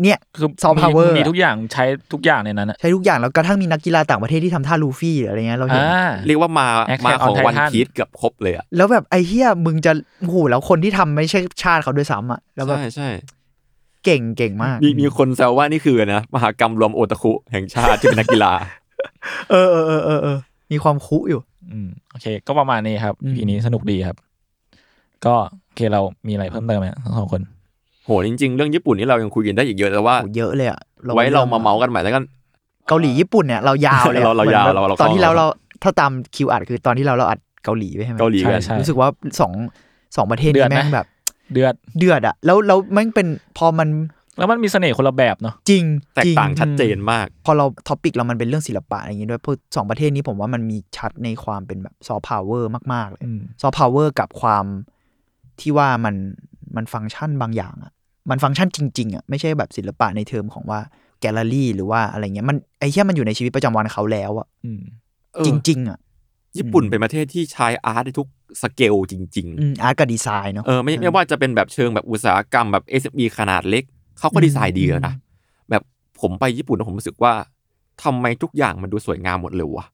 เนี่ย คือ soft power มีทุกอย่างใช้ทุกอย่างในนั้นอะ ใช้ทุกอย่างแล้วกระทั่งมีนักกีฬาต่างประเทศที่ทำท่าลูฟี่หรืออะไรเงี้ยเราเห็น อ่า เรียกว่ามา Attack มาของ on Titan วันพีชเกือบครบเลยอ่ะ แล้วแบบไอ้เฮียมึงจะโอ้โหแล้วคนที่ทำไม่ใช่ชาติเขาด้วยซ้ำอะแล้วแบบ ใช่ใช่ เก่งเก่งมาก มีมีคนแซวว่านี่คือนะ มหากรรมรวมโอตาคุแห่งชาติที่เป็นนัก กีฬา เออเออเออเออเออมีความคุอยู่ อืมโอเค ก็ประมาณนี้ครับ อืม พีนี้สนุกดีครับ ก็โอเคเรามีอะไรเพิ่มเติมไหมทั้งสองคน โห จริง ๆ เรื่องญี่ปุ่นนี่เรายังคุยกันได้อีกเยอะแต่ว่า โอ้โหเยอะเลยอะ ไว้เรามา อะ เมาส์กันใหม่แล้วกัน เกาหลีญี่ปุ่นเนี่ยเรายาวเลยอะ เราเรา หมือน ยาว แบบ เราเรา ตอนที่ เข้า เราเราถ้าตามคิวอัดคือตอนที่เราเราอัดเกาหลีไปใช่ไหม เกาหลีกัน ใช่ รู้สึกว่าสองสองประเทศ เดือดไหนี้ม แม่งแบบ เดือด เดือดอะแล้วแล้วแม่งเป็นพอมัน แล้วมันมีเสน่ห์คนละแบบเนาะ จริง แตก จริ ต่างชัดเจนมาก พอเราท็อปิกเรามันเป็นเรื่องศิลปะอะไรอย่างงี้ด้วยพวกสองประเทศนี้ผมว่ามันมีชัดในความเป็นแบบซอฟต์พาวเวอร์มากๆเลย อืม ซอฟต์พาวเวอร์กับความที่ว่ามันมันฟังก์ชันบางอย่างอะมันฟังก์ชันจริงๆอะไม่ใช่แบบศิลปะในเทอมของว่าแกลเลอรี่หรือว่าอะไรเงี้ยมันไอ้ที่มันอยู่ในชีวิตประจำวันเขาแล้วอะ อืม เออ จริงๆอะ ญี่ปุ่นเป็นประเทศที่ใช้อาร์ตในทุกสเกลจริง อืมอาร์ตกับดีไซน์เนาะ ๆ เออไม่ไม่ว่าจะเป็นแบบเชิงแบบอุตสาหกรรมแบบ SME ขนาดเล็กเขาก็ดีไซน์ดีแล้วนะแบบผมไปญี่ปุ่นแล้วผมรู้สึกว่าทำไมทุกอย่างมันดูสวยงามหมดเลยวะ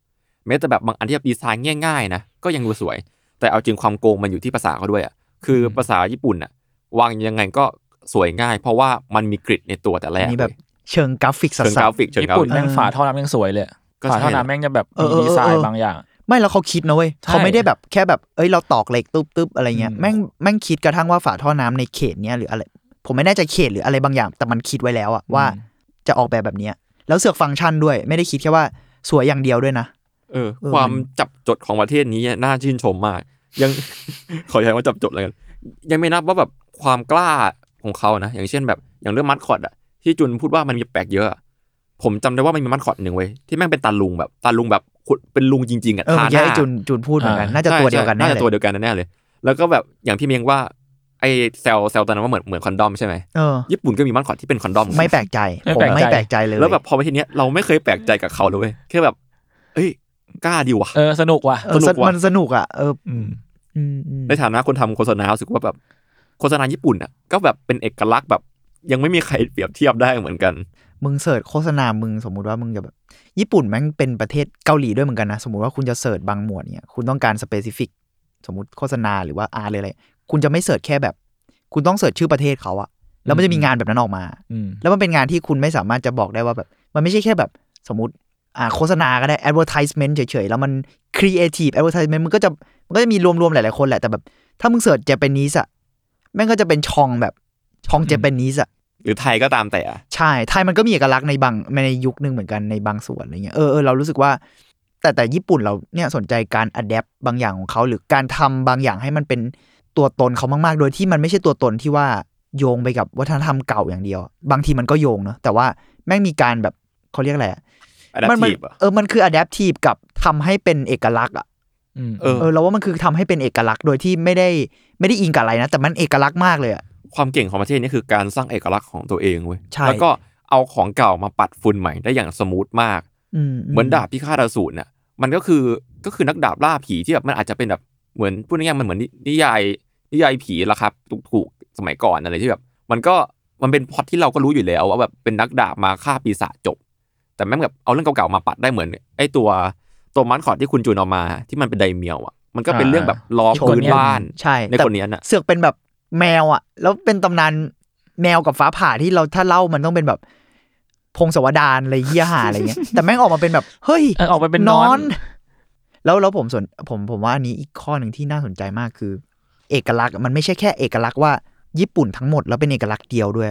แม้แต่แบบบางอันที่แบบดีไซน์ง่ายๆนะก็ยังดูสวย แต่เอาจริงความโกงมันอยู่ที่ภาษาเขาด้วยอ่ะคือภาษาญี่ปุ่นอ่ะวางยังไงก็สวยง่าย เพราะว่ามันมีกริดในตัวแต่แรก นี่แบบ เว้ย เชิงกราฟิกสั เชิงกรา ส ฟิกเชิง ญี่ กรา ปุ่น ฟิก แม่งฝาท่อน้ำยังสวยเลย ก็ใช่ ฝาท่อน้ำแม่งจะแบบ เออ มี เออ ดีไซ เอ น์ อ บางอย่าง ๆไม่แล้วเขาคิดนะเว้ย ใช่ เขาไม่ได้แบบแค่แบบเอ้ยเราตอกเหล็กตุ๊บตุ๊บอะไรเงี้ย อืม แม่งแม่งคิดกระทั่งว่าฝาท่อน้ำในเขตเนี้ยหรืออะไร ผมไม่แน่ใจเขตหรืออะไรบางอย่าง แต่มันคิดไว้แล้วอะว่าจะออกแบบแบบเนี้ยแล้วเสือกฟังก์ชันด้วย ไม่ได้คิดแค่ว่าสวยอย่างเดียวด้วยนะ เออ เออ ความ มัน จับจดของประเทศนี้เนี่ยน่าชื่นชมมาก ยัง ขอใช้คำว่าจับจดเลยกันยังไม่นับว่าแบบความกล้าของเขานะ อย่างเช่นแบบอย่างเรื่องมัดคอดอะที่จุนพูดว่ามันมีแปลกเยอะอะผมจำได้ว่ามันมีมัดคอดหนึ่งไว้ยที่แม่งเป็นตาลุงแบบตาลุงแบบขุดเป็นลุงจริงๆอะ เออ ทา เมื่หอกี้ น้า ไอ้จุนจุนพูดเหมือนกัน อ่า น่าจะตัวเดียวกัน ใช่ แน่ น่า เล จะตัวย เดียวกันแน่ๆเลย แล้วก็แบบอย่างพี่เมงว่าไอเซลเซลตอนนั้นว่าเหมือนเหมือนคอนดอมใช่ไหม เออ ญี่ปุ่นก็มีมัดคอดที่เป็นคอนดอม ไม่แปลกใจผม ไม่ ไม่แป แป ล ล ก ก ใจ ใจ เลย แล้วแบบพอไปทีเนี้ยเราไม่เคยแปลกใจกับเขาเลยเว้ยแค่แบบ เอ้ยกล้าดีว่ะ เออสนุกว่ะ เออ สนุกว่ะ มันสนุกอะเออ อืม อืมอืม ในฐานะคนทำโฆษณารู้สึกว่าแบบโฆษณาญี่ปุ่นอ่ะก็แบบเป็นเอกลักษณ์แบบ ยังไม่มีใครเปรียบเทียบได้เหมือนกัน มึงเสิร์ชโฆษณามึงสมมุติว่ามึงจะแบบญี่ปุ่นแม่งเป็นประเทศเกาหลีด้วยเหมือนกันนะ สมมุติว่าคุณจะเสิร์ชบางหมวดเนี่ยคุณต้องการสเปซิฟิกสมมติโฆษณาหรือว่าอาร์อะไร คุณจะไม่เสิร์ชแค่แบบ คุณต้องเสิร์ชชื่อประเทศเขาอะ แล้วมันจะมีงานแบบนั้นออกมา อืม แล้วมันเป็นงานที่คุณไม่สามารถจะบอกได้ว่าแบบ มันไม่ใช่แค่แบบสมมติอ่าโฆษณาก็ได้ advertisement เฉยๆ แล้วมัน creative advertisement มันก็จะมันก็จะมีรวมๆ หลายๆ คนแหละ แต่แบบ ถ้ามึงเสิร์ช Japanese อะแม่งก็จะเป็นช่องแบบช่อง อืม Japanese อะ หรือไทยก็ตามแต่อะ ใช่ ไทยมันก็มีเอกลักษณ์ในบางในยุคหนึ่งเหมือนกันในบางส่วนอะไรเงี้ยเออเออเรารู้สึกว่า แต่แต่ญี่ปุ่นเราเนี่ยสนใจการ adapt บางอย่างของเขาหรือการทำบางอย่างให้มันเป็นตัวตนเขามากๆ โดยที่มันไม่ใช่ตัวตนที่ว่าโยงไปกับวัฒนธรรมเก่าอย่างเดียว บางทีมันก็โยงเนอะแต่ว่าแม่งมีการแบบเขาเรียกอะไรอะ อะดัป มัมั ทีฟอะ เออมันคือ adaptive กับทำให้เป็นเอกลักษณ์อะ อืม เออ เออเราว่ามันคือทำให้เป็นเอกลักษณ์โดยที่ไม่ได้ไม่ได้อิงกับอะไรนะ แต่มันเอกลักษณ์มากเลยอะ ความเก่งของประเทศนี่คือการสร้างเอกลักษณ์ของตัวเองเว้ย ใช่ แล้วก็เอาของเก่ามาปัดฝุ่นใหม่ได้อย่างสมูทมาก อืม เหมือนดาบพิฆาตอสูรน่ะมันก็คือก็คือนักดาบล่าผีที่แบบมันอาจจะเป็นแบบเหมือนพูดง่ายๆมันเหมือนนินิยายนิยายผีละครับถูกๆสมัยก่อนอะไรที่แบบ มันก็มันเป็นพล็อตที่เราก็รู้อยู่แล้วว่าแบบเป็นนักดาบมาฆ่าปีศาจจบ แต่แม่งแบบเอาเรื่องเก่าๆมาปัดได้เหมือนไอ้ตัวตัวมันขอดที่คุณจูนเอามาที่มันเป็นไดเมียวอ่ะมันก็เป็นเรื่องแบบล้อพื้นบ้าน ใช่ ใน แต่ คนเนี้ยน่ะ เสือกเป็นแบบแมวอะแล้วเป็นตำนานแมวกับฟ้าผ่าที่เราถ้าเล่ามันต้องเป็นแบบ พงศวดานอะไรเยี่ยหาอะไร เงี้ย แต่แม่งออกมาเป็นแบบเฮ้ย เออออกไปเป็นนอน แล้วแล้วผมสนผมผมว่าอันนี้อีกข้อหนึ่งที่น่าสนใจมากคือ เอกลักษณ์มันไม่ใช่แค่เอกลักษณ์ว่าญี่ปุ่นทั้งหมดแล้วเป็นเอกลักษณ์เดียวด้วย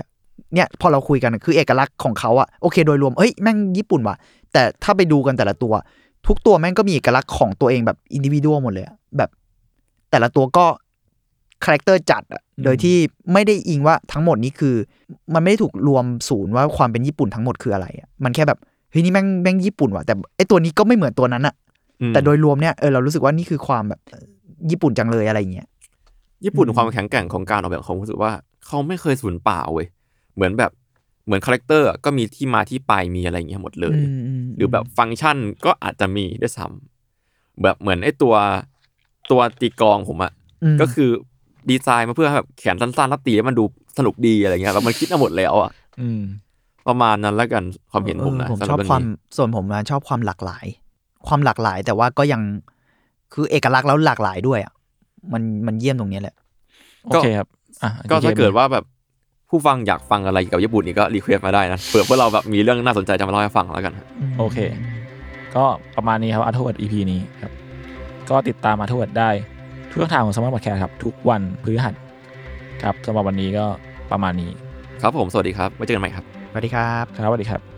เนี่ยพอเราคุยกันคือเอกลักษณ์ของเขาอะโอเค โดยรวมเอ้ยแม่งญี่ปุ่นว่ะ แต่ถ้าไปดูกันแต่ละตัว ทุกตัวแม่งก็มีเอกลักษณ์ของตัวเองแบบอินดิวิวดหมดเลยอะแบบ แต่ละตัวก็คาแรคเตอร์จัดอะ อืม โดยที่ไม่ได้อิงว่าทั้งหมดนี้คือ มันไม่ได้ถูกรวมศูนย์ว่าความเป็นญี่ปุ่นทั้งหมดคืออะไรอะมันแค่แบบเฮ้ยนี่แม่งแม่งญี่ปุ่นว่ะแต่ไอตัวนี้ก็ไม่เหมือนตัวนั้นอะ อืม แต่โดยรวมเนี่ยเออเรารู้สึกว่านี่คือความแบบเอ่อญี่ปุ่นจังเลยอะไรอย่างเงี้ย ญี่ปุ่นความแข็งแกร่งของการออกแบบของรู้สึกว่าเขาไม่เคยสูญเปล่าเว้ยเหมือนแบบเหมือนคาแรคเตอร์อะก็มีที่มาที่ไปมีอะไรอย่างเงี้ยหมดเลย หรือแบบฟังก์ชันก็อาจจะมีด้วยซ้ำแบบเหมือนไอ้ตัวตัวตีกลองผมอะ อืม ก็คือดีไซน์มาเพื่อให้แบบแขนสั้นๆแล้วตีให้มันดูสนุกดีอะไรเงี้ยแล้วมันคิดมาหมดแล้วอะ อืม ประมาณนั้นแล้วกันความเห็นผมนะ เออผม สำห ช รั อบ เรื่ง ความ นี้ ส่วนผมนะชอบความหลากหลาย ความหลากหลายแต่ว่าก็ยังคือเอกลักษณ์แล้วหลากหลายด้วยอ่ะมันมันเยี่ยมตรงเนี้ยแหละ โอเคครับอ่ะ ก็ถ้า โอค เกิดว่าแบบผู้ฟังอยากฟังอะไรเกี่ยวกับญี่ปุ่นนี่ก็รีเควสต์มาได้นะเผื่อพวกเราแบบมีเรื่องน่าสนใจจะมาเล่าให้ฟังแล้วกัน โอเค ก็ประมาณนี้ครับอาร์ทเวิร์ด EP นี้ครับ ก็ติดตามอาร์ทเวิร์ดได้ ทุกช่องทางของสมาร์ทพอดแคสต์ครับ ทุกวันพฤหัสครับสำหรับวันนี้ก็ประมาณนี้ ครับผมสวัสดีครับไว้เจอกันใหม่ครับ สวัสดีครับ ครับสวัสดีครับ